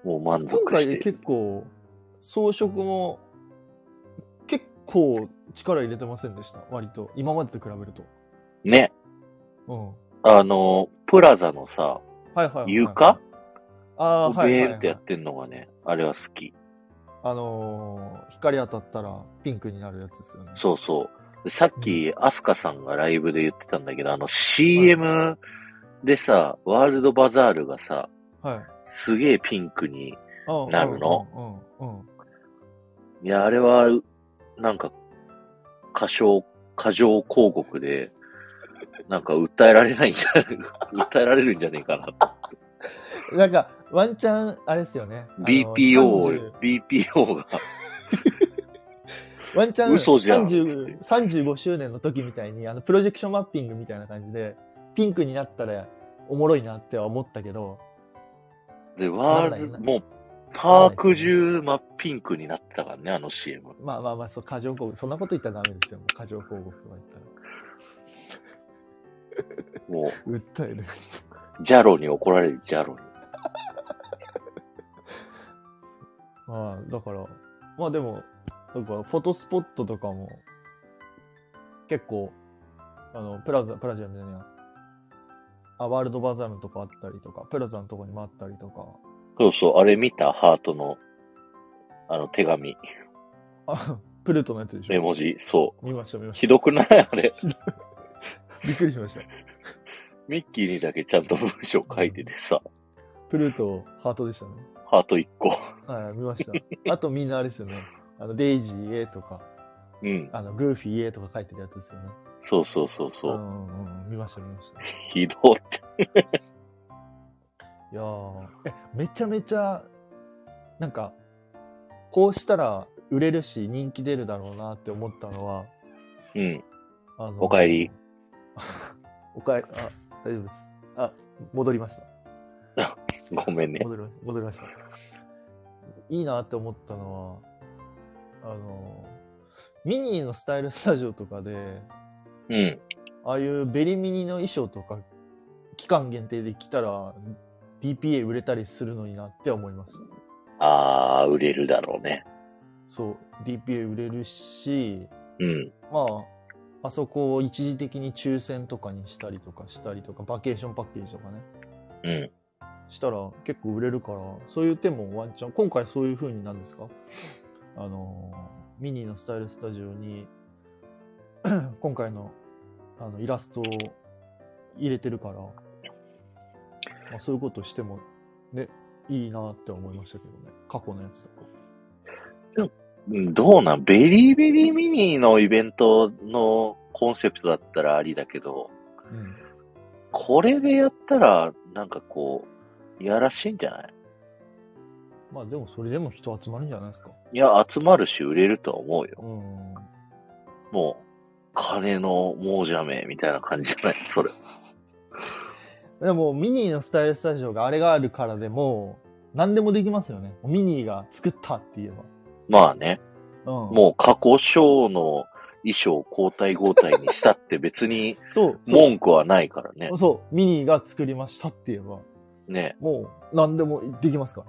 A: もう満足
B: 今
A: して
B: 回
A: る。
B: 結構装飾も結構力入れてませんでした割と今までと比べると
A: ね。
B: うん
A: あの、プラザのさ、
B: はいはいはい、はい、
A: 床
B: あ
A: を
B: あ
A: ベ
B: ーはいは
A: ーン
B: い、は
A: ってや
B: い
A: っ、てんのがね、あれは好き。
B: あのー光当たったらピンクになるやつですよね
A: そうそう。さっき、アスカさんがライブで言ってたんだけど、あの CM でさ、ワールドバザールがさ、
B: はい
A: すげえピンクに、
B: あ
A: なる
B: のうんうん、うん
A: いや、あれは、なんか、過小、過剰広告で、なんか訴えられないんじゃ、 訴えられるんじゃねえかな。
B: うんなんかワンチャンあれですよねあの
A: BPO を
B: 30、
A: BPO が、
B: ワンチャン
A: 嘘じゃん
B: 30 35周年の時みたいにあのプロジェクションマッピングみたいな感じでピンクになったらおもろいなっては思ったけど
A: で、ワー
B: なんだよ
A: ル
B: な
A: もう、パーク中真っピンクになってたからね、あの CM。
B: まあまあまあ、そう、過剰広告。そんなこと言ったらダメですよ。もう過剰広告とか
A: も
B: 言ったら。訴える。
A: う、ジャロに怒られる、ジャロに。
B: まあ、だから、まあでも、なんか、フォトスポットとかも、結構、あの、プラザ、プラザじゃねえや。あ、ワールドバザームとかあったりとか、プラザのとこにもあったりとか、
A: そうそう、あれ見たハートの、あの手紙、
B: あ、プルートのやつでしょ。
A: 絵文字、そ
B: 見ました、見ま
A: う。
B: した。
A: ひどくないあれ。
B: びっくりしました。
A: ミッキーにだけちゃんと文章書いててさ、
B: プルート、ハートでしたね。
A: ハート1個。
B: はい、見ました。あとみんなあれですよね。あの、デイジーへとか、
A: うん。
B: あの、グーフィーへとか書いてるやつですよね。
A: そうそうそうそうう。
B: んうんうん、見ました、見ました。
A: ひどって。
B: いやーえめちゃめちゃなんかこうしたら売れるし人気出るだろうなって思ったのは
A: うん。
B: あの
A: おかえり。
B: おかえりあ大丈夫ですあ戻りました
A: ごめんね。
B: 戻りました戻りましたいいなって思ったのはあのミニーのスタイルスタジオとかで
A: うん。
B: ああいうベリミニの衣装とか期間限定で来たら DPA 売れたりするのになって思いました
A: あー、売れるだろうね。
B: そう DPA 売れるし
A: うん。
B: まああそこを一時的に抽選とかにしたりとかしたりとかバケーションパッケージとかね
A: うん。
B: したら結構売れるからそういう手もワンチャン今回そういう風になんですかあのーミニーのスタイルスタジオに 今回のあのイラストを入れてるから、まあ、そういうことしてもねいいなって思いましたけどね過去のやつとか
A: うんどうなんベリーベリーミニーのイベントのコンセプトだったらありだけど、
B: うん
A: これでやったら、なんかこう、いやらしいんじゃない
B: まあでもそれでも人集まるんじゃないですか
A: いや、集まるし売れるとは思うよ。
B: うん
A: もう、金の亡者名みたいな感じじゃないそれ。
B: でもミニーのスタイルスタジオがあれがあるからでも何でもできますよねミニーが作ったって言え
A: まあね、
B: ば、うん、
A: もう過去章の衣装を交代交代にしたって別に
B: うそうそう
A: 文句はないからね。
B: そうミニーが作りましたって言えば
A: ね、
B: もう何でもできますから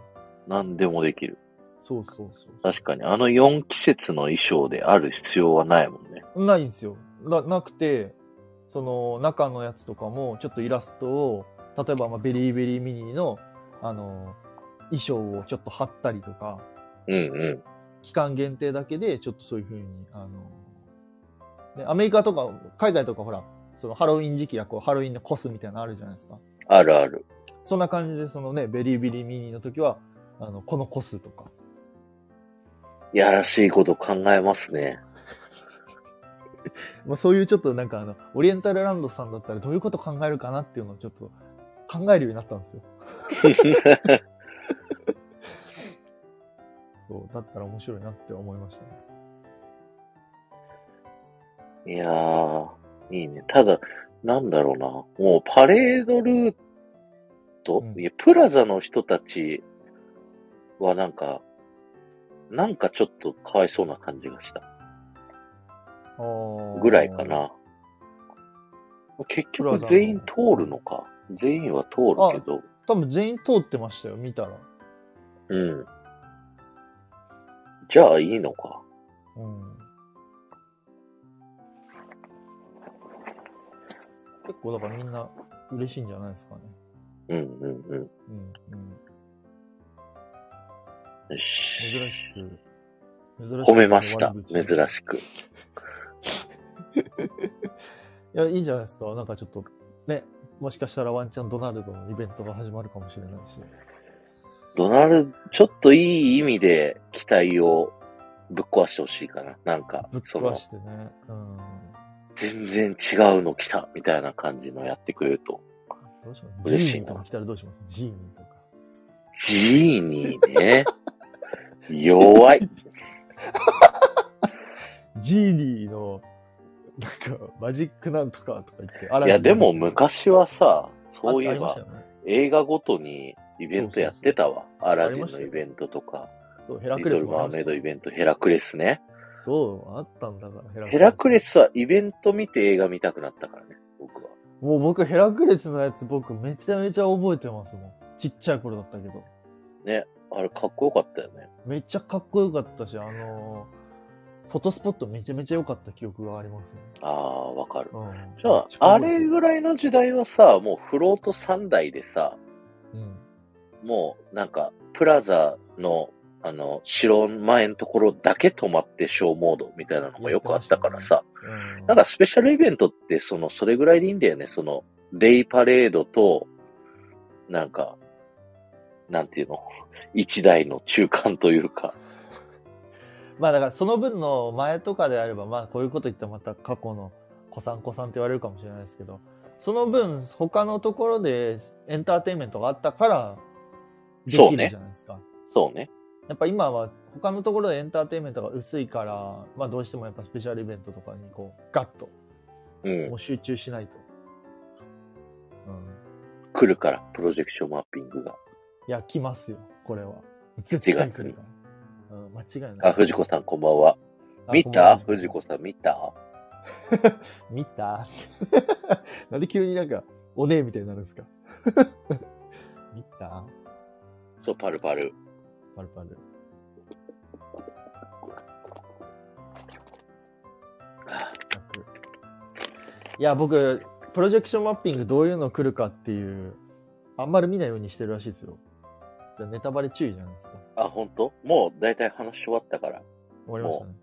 A: 何でもできる。
B: そうそうそ
A: 確かに、あの4季節の衣装である必要はないもんね。
B: うないんですよななくてその中のやつとかもちょっとイラストを例えばまあベリーベリーミニーのあの衣装をちょっと貼ったりとか
A: うんうん。
B: 期間限定だけで、ちょっとそういうふうに、あの、ね、アメリカとか、海外とかほら、そのハロウィン時期はこう、ハロウィンのコスみたいなのあるじゃないですか。
A: あるある。
B: そんな感じで、そのね、ベリーベリーミニの時は、あの、このコスとか。
A: やらしいこと考えます ね。
B: まあそういうちょっとなんかあの、オリエンタルランドさんだったらどういうこと考えるかなっていうのをちょっと考えるようになったんですよ。そう、だったら面白いなって思いましたね。
A: いやー、いいね。ただ、なんだろうな。もうパレードルート、
B: うん
A: いや、プラザの人たちはなんか、なんかちょっとかわいそうな感じがした。
B: あー
A: ぐらいか。な。結
B: プラ
A: 局
B: ザの
A: 全員通るのか。全員は通るけど。
B: 多分全員通ってましたよ、見たら。
A: うん。じゃあいいのか。
B: うん結構だからみんな嬉しいんじゃないですかね。
A: うんうんうん。
B: うんうん、
A: よし。
B: 珍しく。珍
A: 褒めました。珍
B: い
A: しく。
B: や、いいんじゃないですか。なんかちょっと、ね、もしかしたらワンチャンドナルドのイベントが始まるかもしれないし。
A: ドナルド、ちょっといい意味で期待をぶっ壊してほしいかな。なんか
B: ぶっ、
A: そ
B: 壊
A: の、
B: してね。うん。
A: 全然違うの来た、みたいな感じのやってくれると。
B: どうしよう。ジ
A: 嬉し
B: ー
A: い
B: ニー
A: な
B: とか来たらどうしますジーニーとか。
A: ジーニーね。弱 い。
B: ジーニーの、なんか、マジックなんとかとか言って。
A: いや、でも昔はさ、そういえ
B: あありまし
A: ば
B: た、よね
A: 映画ごとにイベントやってたわ。アラジン
B: ありまし
A: の
B: た
A: イ
B: よ
A: ベントとか、
B: そう、ヘラ
A: リ
B: ク
A: ト
B: レス
A: ル・
B: も
A: マー
B: ありま
A: メ
B: し
A: イ
B: た
A: ドイベント、ヘラクレスね。
B: そう、あったんだから、
A: ヘラクレ
B: ス。
A: スはイベント見て映画見たくなったからね、僕は。
B: もう僕、ヘラクレスのやつ、僕、めちゃめちゃ覚えてますもん。ちっちゃい頃だったけど。
A: あれかっこよかったよね。
B: めっちゃかっこよかったし、あのーフォトスポットめちゃめちゃ良かった記憶がありますね。
A: ああ、わかる。
B: うん、
A: じゃあ、あれ
B: が
A: ぐらいの時代はさ、もうフロート3台でさ、
B: うん。
A: もうなんか、プラザの、あの、城前のところだけ泊まって小モードみたいなのもよくあったからさ、
B: うん
A: なんかスペシャルイベントって、その、それぐらいでいいんだよね。その、デイパレードと、なんか、なんていうの、一台の中間というか、
B: まあだからその分の前とかであれば、まあこういうこと言ったらまた過去の子さん子さんって言われるかもしれないですけど、その分他のところでエンターテインメントがあったからで
A: そう
B: き
A: ね
B: るじゃないですか。
A: そうね。
B: やっぱ今は他のところでエンターテインメントが薄いから、まあどうしてもやっぱスペシャルイベントとかにこうガッと
A: うん
B: も。う集中しないと。うん。
A: 来るから、プロジェクションマッピングが。
B: いや、来ますよ、これは。絶対来るから。うん、間違いない。
A: あ、藤子さんこんばんは。
B: あ
A: 見
B: こんばん
A: た
B: は
A: 藤子さん見た
B: 見た なんで急になんか、おねえみたいになるんですか 見た
A: そう、パルパル。
B: パルパル。
A: あ
B: いや、僕、プロジェクションマッピングどういうの来るかっていう、あんまり見ないようにしてるらしいですよ。じゃあネタバレ注意じゃないですか。
A: あ、ほんともう、だいたい話終わったから。
B: 終わりましたね。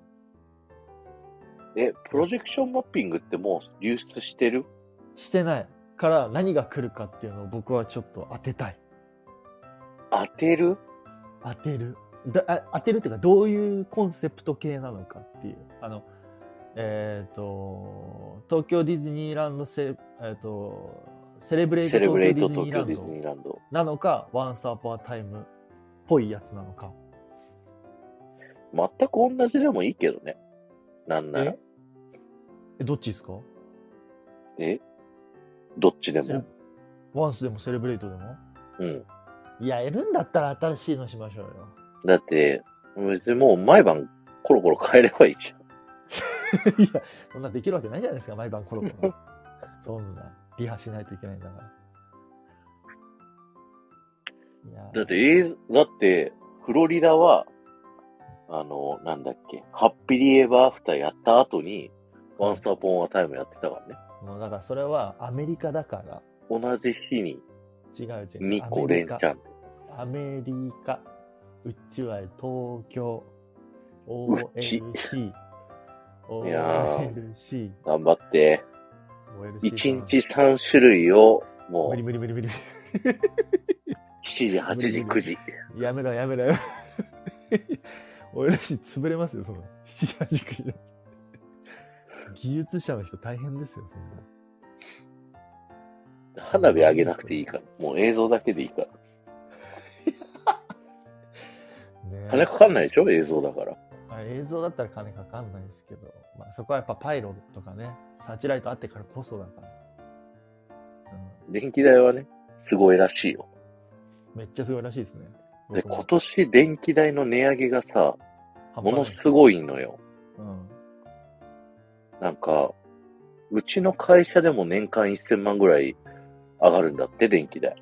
A: え、プロジェクションマッピングってもう流出してる
B: してないから何が来るかっていうのを僕はちょっと当てたい。
A: 当てる
B: 当てるだあ当てるっていうかどういうコンセプト系なのかっていうあのえっ、と東京ディズニーランドセ,、えー、とセレブレイト
A: セレブ
B: 東京
A: レ
B: デ
A: イ
B: ィ
A: ト
B: ズニ
A: 東
B: ーラ
A: 京
B: ン
A: ディズ
B: ド
A: ニーランド。
B: なのかワンサーパータイムっぽいやつなのか
A: 全く同じでもいいけどね。なんなら
B: え。えどっちですか
A: えどっちで
B: セレ
A: も。
B: ワンスでもセレブレイトでも
A: うん。
B: いややるんだったら新しいのしましょうよ
A: だって、別にもう毎晩コロコロ変えればいいじゃん。
B: いや、そんなできるわけないじゃないですか、毎晩コロコ ロ。そんな、リハしないといけないんだから。いや
A: だって、えーだって、フロリダは、あの、なんだっけ、ハッピリエバーアフターやった後に、ワンスターポンアタイムやってたからね。
B: もうだからそれはアメリカだから、
A: 同じ日に
B: 違う違う違う。
A: 2個連チャン。
B: アメリカ、うちは東京、OLC、
A: いや
B: OLC、
A: 頑張って、
B: OLC かな
A: 1日3種類を、も
B: 無理
A: う、
B: 無理無理無理。
A: 7時、8
B: 無
A: 時、
B: 理無
A: 9
B: 理
A: 時。
B: やめろやめろやめろ。俺らし潰れますよ、その。七時八時九時だって技術者の人大変ですよ、そんな。
A: 花火上げなくていいから。もう映像だけでいいから。
B: ね
A: 金かかんないでしょ映像だから。
B: あ映像だったら金かかんないですけど、まあ、そこはやっぱパイロとかね、サーチライトあってからこそだから。
A: 電気代はね、すごいらしいよ。
B: うん、めっちゃすごいらしいですね。
A: で、今年電気代の値上げがさ、ものす
B: い。
A: ごいのよ。
B: うん。
A: なんか、うちの会社でも年間1000万ぐらい上がるんだって、電気代。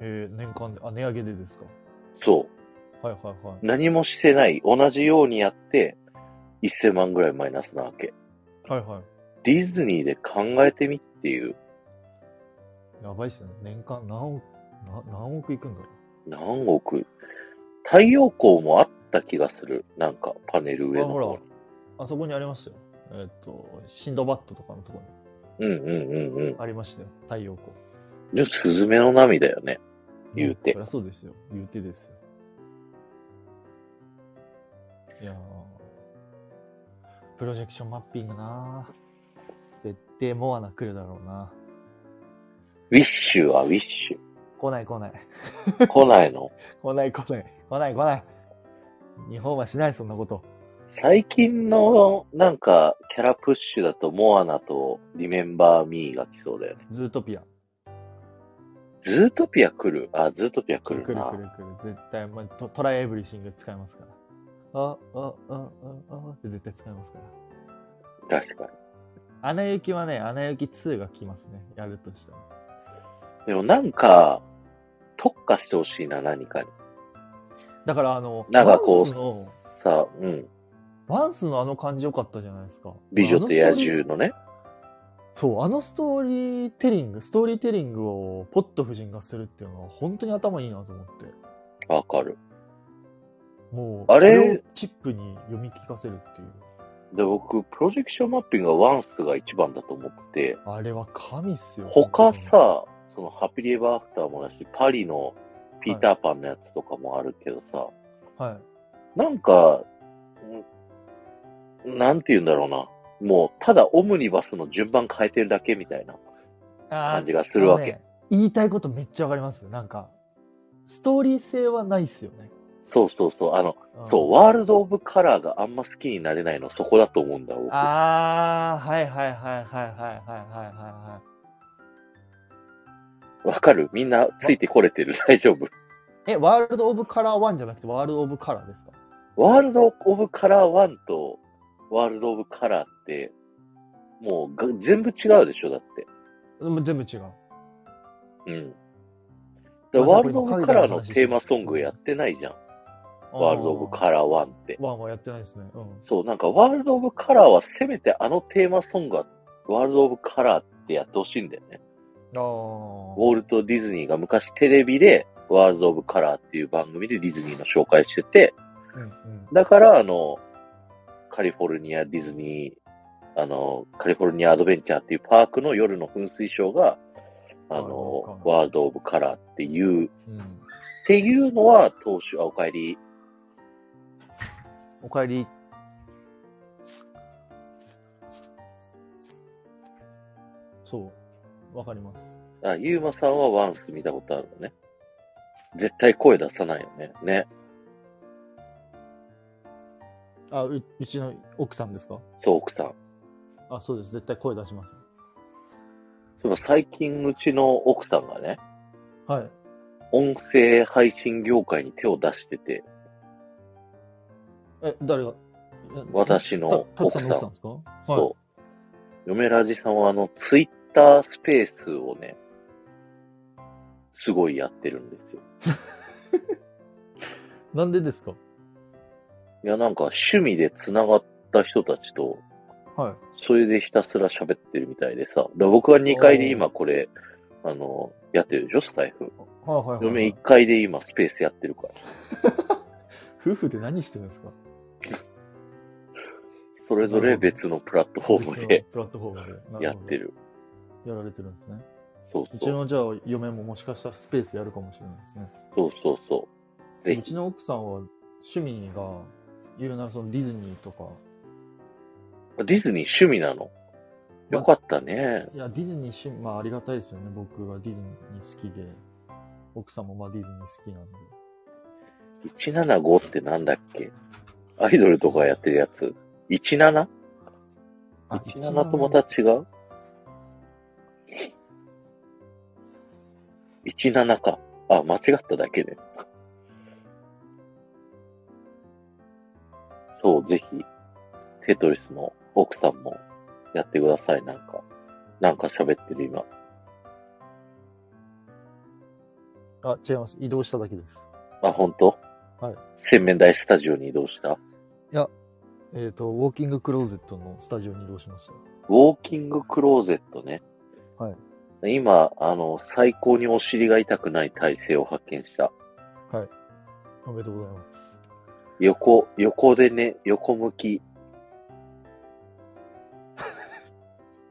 B: えー年間で、あ、値上げでですか。
A: そ
B: はいはいは
A: う。
B: い。
A: 何もしてない。同じようにやって、1000万ぐらいマイナスなわけ。
B: はいはい。
A: ディズニーで考えてみっていう、
B: やばいっすよね。年間何億、な何億いくんだろう。
A: 何億。太陽光もあった気がする。なんか、パネル上
B: あ
A: の
B: ほ
A: 方
B: ら。、あそこにありますよ。えーっ、と、シンドバッドとかのところに
A: うんうんうんうん。
B: ありましたよ。太陽光。
A: でも、スズメの涙よね。言うて
B: んそりゃそうですよ。言うてですよ。いやープロジェクションマッピングなー絶対モアナ来るだろうな
A: ウィッシュはウィッシ
B: 来ない来ない。
A: ュ。来ないの
B: 来ない来ない。来ない来ない。日本はしない、そんなこと。
A: 最近のなんかキャラプッシュだとモアナとリメンバーミーが来そうだよね。
B: ズートピア。
A: ズートピア来るあ、ズートピア
B: く
A: 来
B: る
A: る
B: くる
A: な。
B: くるくる。絶対、まあ、トトライエブリシング使いますから。あ、あ、あ、あ、あ、あって絶対使いますから。
A: 確か
B: アナ雪はね、アナ雪2が来ますね。やるとしたら。
A: に。でもなんか、特化してほしいな、何かに。
B: だから、あの、
A: なんかこう
B: ワンスの、
A: さあ、うん。
B: ワンスのあの感じ良かったじゃないですか。
A: 美女と野
B: あのストーリー。
A: 獣のね。
B: そう、あのストーリーテリング、ストーリーテリングをポット夫人がするっていうのは、本当に頭いいなと思って。
A: わかる。
B: もう、
A: あれ
B: そをチップに読み聞かせるっていう。
A: で、僕、プロジェクションマッピングはワンスが一番だと思ってて、
B: あれは神っすよ。
A: 他
B: 本当に、
A: さ、そのハッピーリエバーアフターもだし、パリのピーターパンのやつとかもあるけどさ、
B: はい。
A: なんか、んなんて言うんだろうな。もう、ただオムニバスの順番変えてるだけみたいな
B: あ
A: 感じがするわけ。
B: あのね言いたいことめっちゃわかりますなんか、ストーリー性はないっすよね。
A: そうそうそう。あの、
B: ん
A: そう、ワールド・オブ・カラーがあんま好きになれないの、そこだと思うんだ、僕。
B: あー、はいはいはいはいはいはいはいはいはい。
A: わかるみんなついてこれてる、大丈夫。
B: え、ワールド・オブ・カラー1じゃなくて、ワールド・オブ・カラーですか
A: ワールド・オブ・カラー1とワールド・オブ・カラーって、もうが全部違うでしょ、だって。
B: うん全部違う。
A: うん。だから
B: まさか
A: ワールド・オブ・カラーのテーマソングやってないじゃん。ワールド・オブ・
B: ラ
A: カラー1って。
B: ー。1はやってないですね。うん。
A: そう、なんかワールド・オブ・カラーはせめてあのテーマソングはワールド・オブ・カラーってやってほしいんだよね。ウ
B: あー
A: ォルト・ディズニーが昔テレビでワールド・オブ・カラーっていう番組でディズニーの紹介してて、
B: うんうん。
A: だからあの、カリフォルニア・ディズニー、あの、カリフォルニア・アドベンチャーっていうパークの夜の噴水ショーが、あの、ワールド・オブ・カラーっていう、
B: う
A: っ
B: ん、
A: ていうのは当初、あ、お帰り、
B: おかえり。そう。わかります。
A: あ、ユーマさんはワンス見たことあるのね。絶対声出さないよね。ね。
B: あう、うちの奥さんですか
A: そう、奥さん。
B: あ、そうです。絶対声出します。
A: そういえば最近うちの奥さんがね、
B: はい。
A: 音声配信業界に手を出してて、
B: え、誰が
A: 私
B: た
A: の
B: たく
A: 奥さ
B: さん
A: ん。
B: の奥さんですかはい。
A: そう。嫁ラジさんはあの、ツイッタースペースをね、すごいやってるんですよ。
B: なんでですか
A: いや、なんか趣味で繋がった人たちと、
B: はい。
A: それでひたすら喋ってるみたいでさ。で僕は2階で今これ、あの、やってるでしょ、スタイフ。
B: はいはいはい、
A: 嫁1階で今スペースやってるから。
B: 夫婦で何してるんですか
A: それぞれ別のプラットフォームで
B: 別のプラットフォームで。な
A: や
B: ほ
A: っ
B: ど
A: て。る。
B: やられてるんですね。
A: そう
B: うち
A: そう。
B: のじゃあ嫁ももしかしたらスペースやるかもしれないですね。
A: そうそうそう。ぜ
B: う
A: ひ。
B: ちの奥さんは趣味が、いろんなそのディズニーとか、
A: ディズニー趣味なの。よかったね。
B: いや、ディズニー趣味、まあありがたいですよね。僕がディズニー好きで、奥さんもまあディズニー好きなんで。
A: 175ってなんだっけアイドルとかやってるやつ。17?17
B: あ
A: とまた違う ?17 か。あ、間違っただけで。そう、ぜひ、テトリスの奥さんもやってください、なんか。なんか喋ってる今。
B: あ、違います。移動しただけです。
A: あ、本当
B: はい。
A: 洗面台スタジオに移動した
B: えっ、と、ウォーキングクローゼットのスタジオに移動しました。
A: ウォーキングクローゼットね。。
B: はい
A: 今、あの、最高にお尻が痛くない体勢を発見した。
B: おめでとうございます。
A: 横、横でね、横向 き。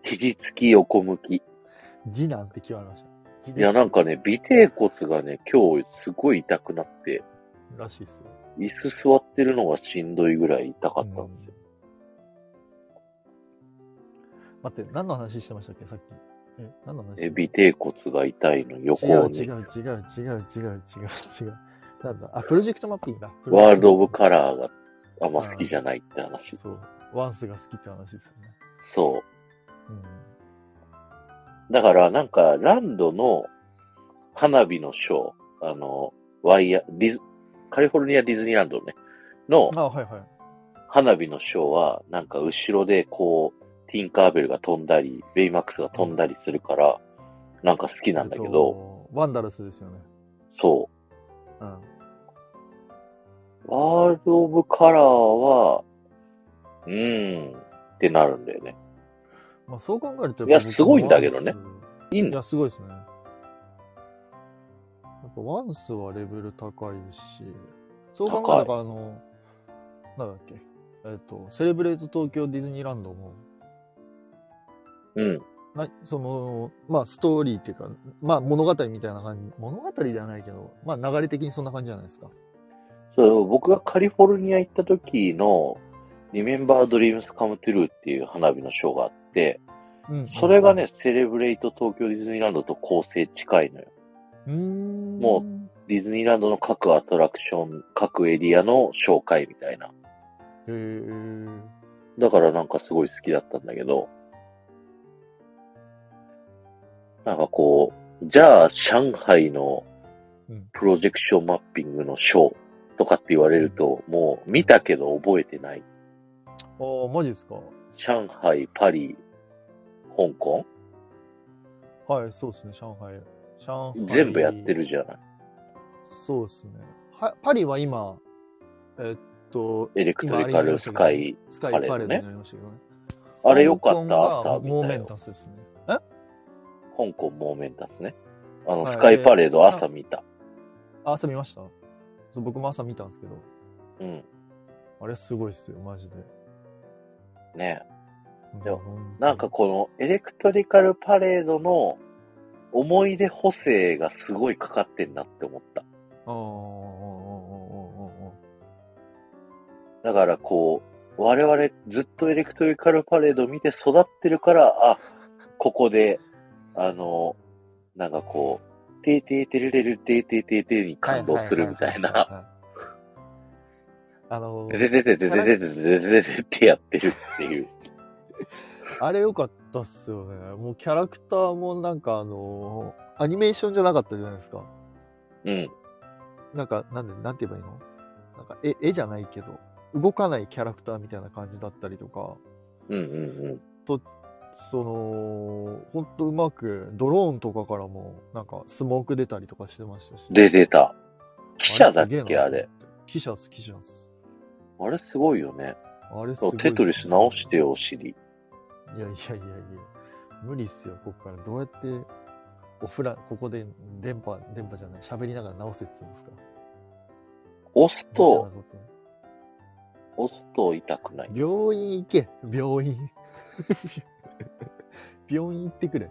A: 肘つき横向き。い
B: 次男って決まりました。次です
A: や、なんかね、尾低骨がね、今日すごい痛くなって、
B: らしいですよ。
A: 椅子座ってるのがしんどいぐらい痛かったんですよ。
B: 待って、何の話してましたっけ、さっき。え、何の話
A: え、尾低骨が痛いの横
B: 違
A: に。
B: う違う違う違う違う違う違う。なんだ、あ、プロジェクトマッピングだ。プロジェ
A: ワー
B: ク
A: ル
B: ト
A: ド・
B: マ
A: オブ・
B: ッピング
A: カラーがあんま好きじゃないって話。
B: そう。ワンスが好きって話ですよね。
A: そう。
B: うん。
A: だから、なんか、ランドの花火のショー、あの、ワイヤー、ディズ、カリフォルニアディズニーランドね、の
B: あはいはい。
A: 花火のショーは、なんか後ろでこう、ティンカーベルが飛んだり、ベイマックスが飛んだりするから、なんか好きなんだけ
B: えっ
A: ど、
B: と。ワンダルスですよね。
A: そう。
B: うん。
A: ワールド・オブ・カラーは、うーん、ってなるんだよね。
B: まあそう考えると
A: いやすごいんだけどね。いい
B: い
A: んだ。
B: や、すごいですね。やっぱワンスはレベル高いし、そう考えたら、あの、なんだっけ、えっ、と、セレブレート東京ディズニーランドも、
A: うん。
B: なその、まあ、ストーリーっていうか、まあ、物語みたいな感じ、物語ではないけど、まあ、流れ的にそんな感じじゃないですか。
A: そう、僕がカリフォルニア行った時の、リメンバー・ドリームス・カム・トゥルーっていう花火のショーがあって、
B: うん
A: それが、ね、セレブレイト東京ディズニーランドと構成近いのよ。
B: うーん。
A: もディズニーランドの各アトラクション、各エリアの紹介みたいな。
B: へー
A: だからなんかすごい好きだったんだけど、なんかこう、じゃあ上海の
B: うん
A: プロジェクションマッピングのショーとかって言われると、もう見たけど覚えてない。
B: ああ、マジですか。
A: 上海、パリ、香港
B: はい、そうですね、上海。上海。
A: 全部やってるじゃない。
B: そうですね。はパリは今、えっと、
A: エレクトリカルスカイ。
B: スカイ
A: パ
B: パ
A: レードね
B: レードになりましたけどね。
A: あれ良かった
B: 香港が
A: 朝見たよ
B: モーメンタスですね。え
A: 香港モーメンタスね。あの、
B: はい
A: スカイパレード朝見た。
B: あ朝見ましたそう僕も朝見たんですけど、
A: うん。
B: あれすごいっすよ、マジで。
A: ね
B: うん
A: でもなんか、このエレクトリカルパレードの思い出補正がすごいかかってんなって思った。
B: あーあー、あーあーあーあー
A: だからこう、我々ずっとエレクトリカルパレード見て育ってるから、あ、ここで、あの、なんかこう、てーてーてれれるてーてーてーてーに感動するみたい
B: はは
A: な、
B: ははは。あの
A: で
B: ー
A: ででででででででででってやってるっていう。
B: あれ良かったっすよね。もうキャラクターもなんかあのーアニメーションじゃなかったじゃないですか。
A: うん。
B: なんか、なんで、なんて言えばいいのなんか、絵、絵じゃないけど、動かないキャラクターみたいな感じだったりとか、
A: うんうん
B: と、その、ほんとうまく、ドローンとかからも、なんか、スモーク出たりとかしてましたし
A: うん。。出てた。記者だっ
B: すげえな
A: けあれ。。
B: 記者っす、記者っす。
A: あれすごいよね。
B: あれすごいっすね
A: テトリス直してよ、お尻。
B: いやいやいやいや、無理っすよ、ここから。どうやって、オフライン、ここで電波、電波じゃない、喋りながら直せっつうんですか。
A: 押すと
B: 無、茶なこと
A: 押すと痛くない。
B: 病院行け病院 病院行ってくれ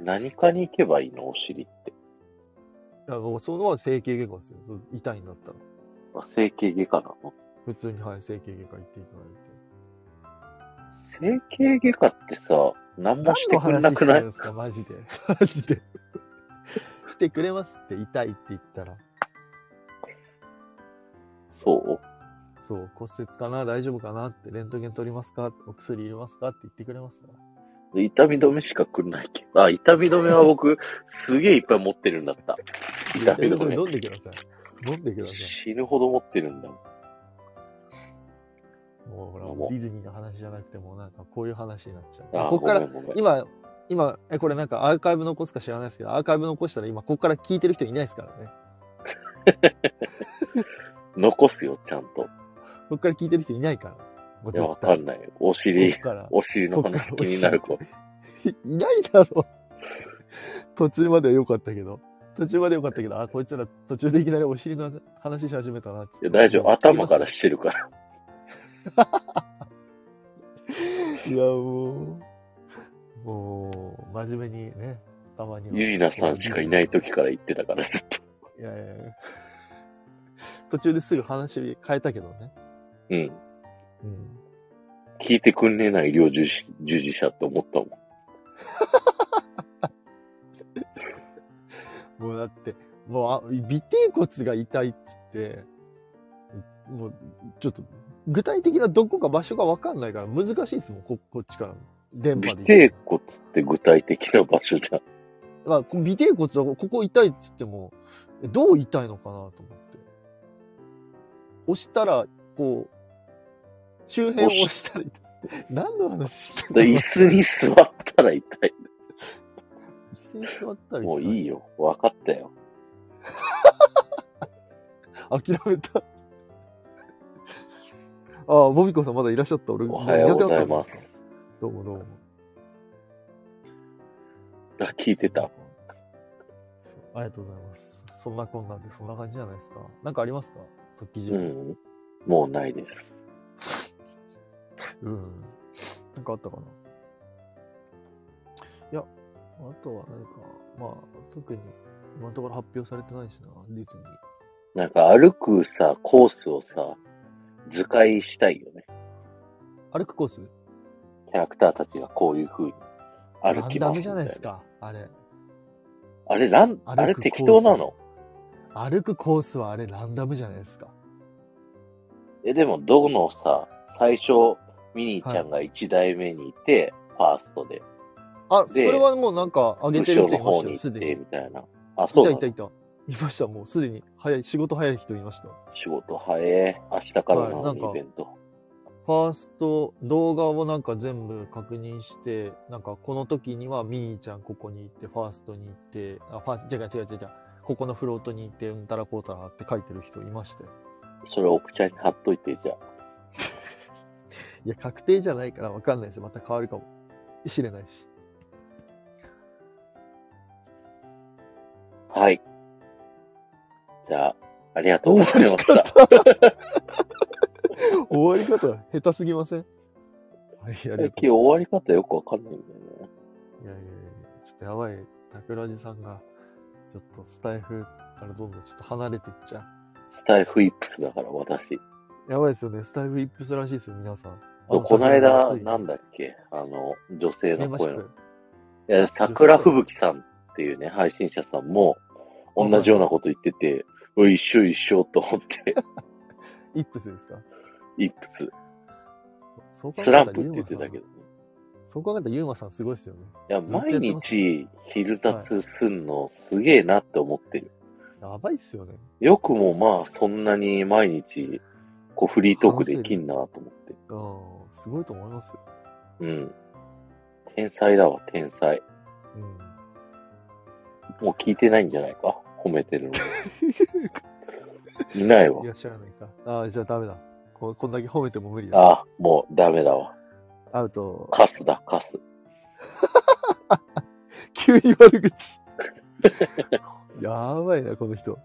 A: 何かに行けばいいのお尻って。
B: あのそのは整形外科ですよそう痛いんだったら
A: あ整形外科なの
B: 普通にはい整形外科行っていただ
A: 整
B: いて
A: 形外科ってさ、何も
B: 何
A: して
B: の
A: くれ
B: 話
A: な
B: し
A: く
B: て
A: な
B: るん
A: い
B: ですかマジで マジでしてくれますって痛いって言ったら
A: そう
B: そう骨折かな大丈夫かなってレントゲン取りますかお薬入れますかって言ってくれますから
A: で痛み止めしかくれないけど。あ、痛み止めは 僕、すげえいっぱい持ってるんだった。痛み
B: レン
A: 止
B: トゲ
A: め。
B: ン飲んでください飲んでくださ
A: 死ぬほど持ってるんだもん。
B: いもうほら
A: どうも
B: ディズニーの話じゃなくてもうなんかこういう話になっちゃう
A: あ
B: こっから
A: ごめんごめん
B: 今、今、え、これなんかアーカイブ残すか知らないですけど、アーカイブ残したら今、ここから聞いてる人いないですからね。
A: 残すよ、ちゃんと。
B: ここから聞いてる人いないから。もう
A: いや、わ
B: 絶
A: か
B: 対。こ
A: んない。お尻
B: こ、から。
A: お尻の話気になる子。
B: いないだろう。 途中までは良かったけど。途中まで良かったけど、あ、こいつら途中でいきなりお尻の話し始めたなっつっ
A: い
B: て
A: や、大丈夫。頭から
B: い
A: してるから。
B: や、もう、もう、真面目にね、たまには。
A: ゆいなさんしかいない時から言ってたから、ずっと。
B: いやいやいや途中ですぐ話変えたけどね。
A: うん。
B: うん。
A: 聞いてくんねえな医療従事従事者って思ったもん。
B: もうだって、もうあ、尾てい骨が痛いっつって、もう、ちょっと、具体的などこか場所がわかんないから難しいですもん、ここっちから。電波
A: 尾
B: で。
A: てい骨って具体的な場所じゃん。
B: まあ、こ尾てい骨はここ痛いっつっても、どう痛いのかなと思って。押したら、こう、周辺を押したら痛い。何の話して
A: で椅
B: んの
A: 子に座ったら痛い。
B: 椅子に座ったり
A: もういいよ。分かったよ。
B: 諦めた。 ああ、ボビコさんまだいらっしゃった。俺、
A: おはようございます
B: いなくなったのどうもどうも。
A: あ聞いてた。
B: そう。ありがとうございます。そんなこんなんで、そんな感じじゃないですか。なんかありますか特技
A: う
B: 順。
A: ん。もうないです。
B: うん。なんかあったかな。いや、あとは何か、まあ、特に今のところ発表されてないしな、ディズニー。
A: なんか歩くさ、コースをさ、図解したいよね。
B: 歩くコース
A: キャラクターたちがこういう風に歩きますみたいな。
B: ダメじゃないですか、あれ。
A: あれ、ラン、
B: 歩く
A: あれ適当なの
B: 歩くコースはあれランダムじゃないですか。
A: え、でも、どのさ、最初、ミニーちゃんが1台目にいて、ファーストで、
B: あ、そ
A: で
B: れはもうなんか上げてる
A: 後ろ
B: 人
A: の
B: いま
A: 方
B: した
A: に行っ
B: よ、すで
A: て、
B: に。
A: みたいな。あ、
B: い
A: そう
B: た
A: だ
B: いたいた。いました、もうすでに早い、仕事早い人いました。
A: 仕事早え。明日からな
B: は
A: の
B: い
A: に
B: なんか
A: イベント。
B: ファースト動画をなんか全部確認して、なんかこの時にはミニーちゃんここに行って、ファーストに行って、あ、ファースト、違う違う違う違う、ここのフロートに行って、うんたらこうたらって書いてる人いましたよ。
A: それを奥ちゃんに貼っといて、じゃあ。
B: いや、確定じゃないからわかんないです。また変わるかもしれないし。
A: はい。じゃあ、ありがとうございました。
B: 終わり方、下手すぎませんはい、あり
A: 最
B: がとう。い
A: 近終わり方よくわかんないんだよね。
B: やいやいや、ちょっとやばい、桜地さんが、ちょっとスタイフからどんどんちょっと離れていっちゃう。
A: スタイフイップスだから、私。
B: やばいですよね。スタイフイップスらしいですよ、皆さん。あ
A: この間、
B: 桜地さ
A: なんんだっけあの、女性
B: ついメ
A: の
B: ンバーシ
A: 声
B: ッ
A: の
B: プ。
A: いや、桜吹雪さんっていうね、配信者さんも、同じようなこと言ってて、おい一緒一緒と思 って、
B: イップスですか
A: イップ
B: そう
A: ス、
B: 考え
A: ス
B: た
A: ラ
B: ら
A: ンプって言ってたけどね。
B: そう考えたらユーマさんすごいですよね。
A: いや、
B: ずっとや
A: 毎
B: ってます
A: 日昼雑すんのすげえなって思ってる。
B: やばいっすよね。
A: よくもまあ、そんなに毎日、こう、フリートークできんなと思って。
B: うん、すごいと思いますよ。
A: うん。天才だわ、天才。
B: うん。
A: もう聞いてないんじゃないか褒めてる の。いないわ
B: い。らっしゃらないか。ああ、じゃあダメだ。ここんだけ褒めても無理だ。
A: ああ、もうダメだわ。
B: アウト。
A: カスだ、カス。
B: 急に悪口。やばいな、この人。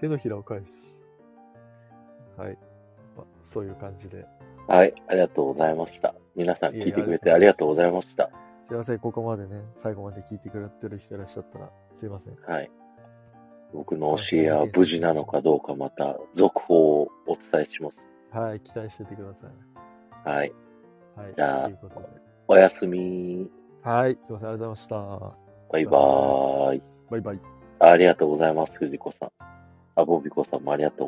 B: 手のひらを返す。はい。まあそういう感じで。
A: はい、ありがとうございました。皆さん聞いてくれてありがとうございました。
B: すいません、ここまでね、最後まで聞いてくれてる人いらっしゃったら、すいません。
A: はい。僕の教えは無事なのかどうかまた続報をお伝えします。
B: はい、期待しててください。
A: はい。
B: はい、
A: じゃあ
B: ということで。
A: おやすみ。
B: はい、すいません、ありがとうございました。
A: バイバーイ。
B: バイバイ。
A: ありがとうございます、藤子さん。あ、ボビコさんもありがとう。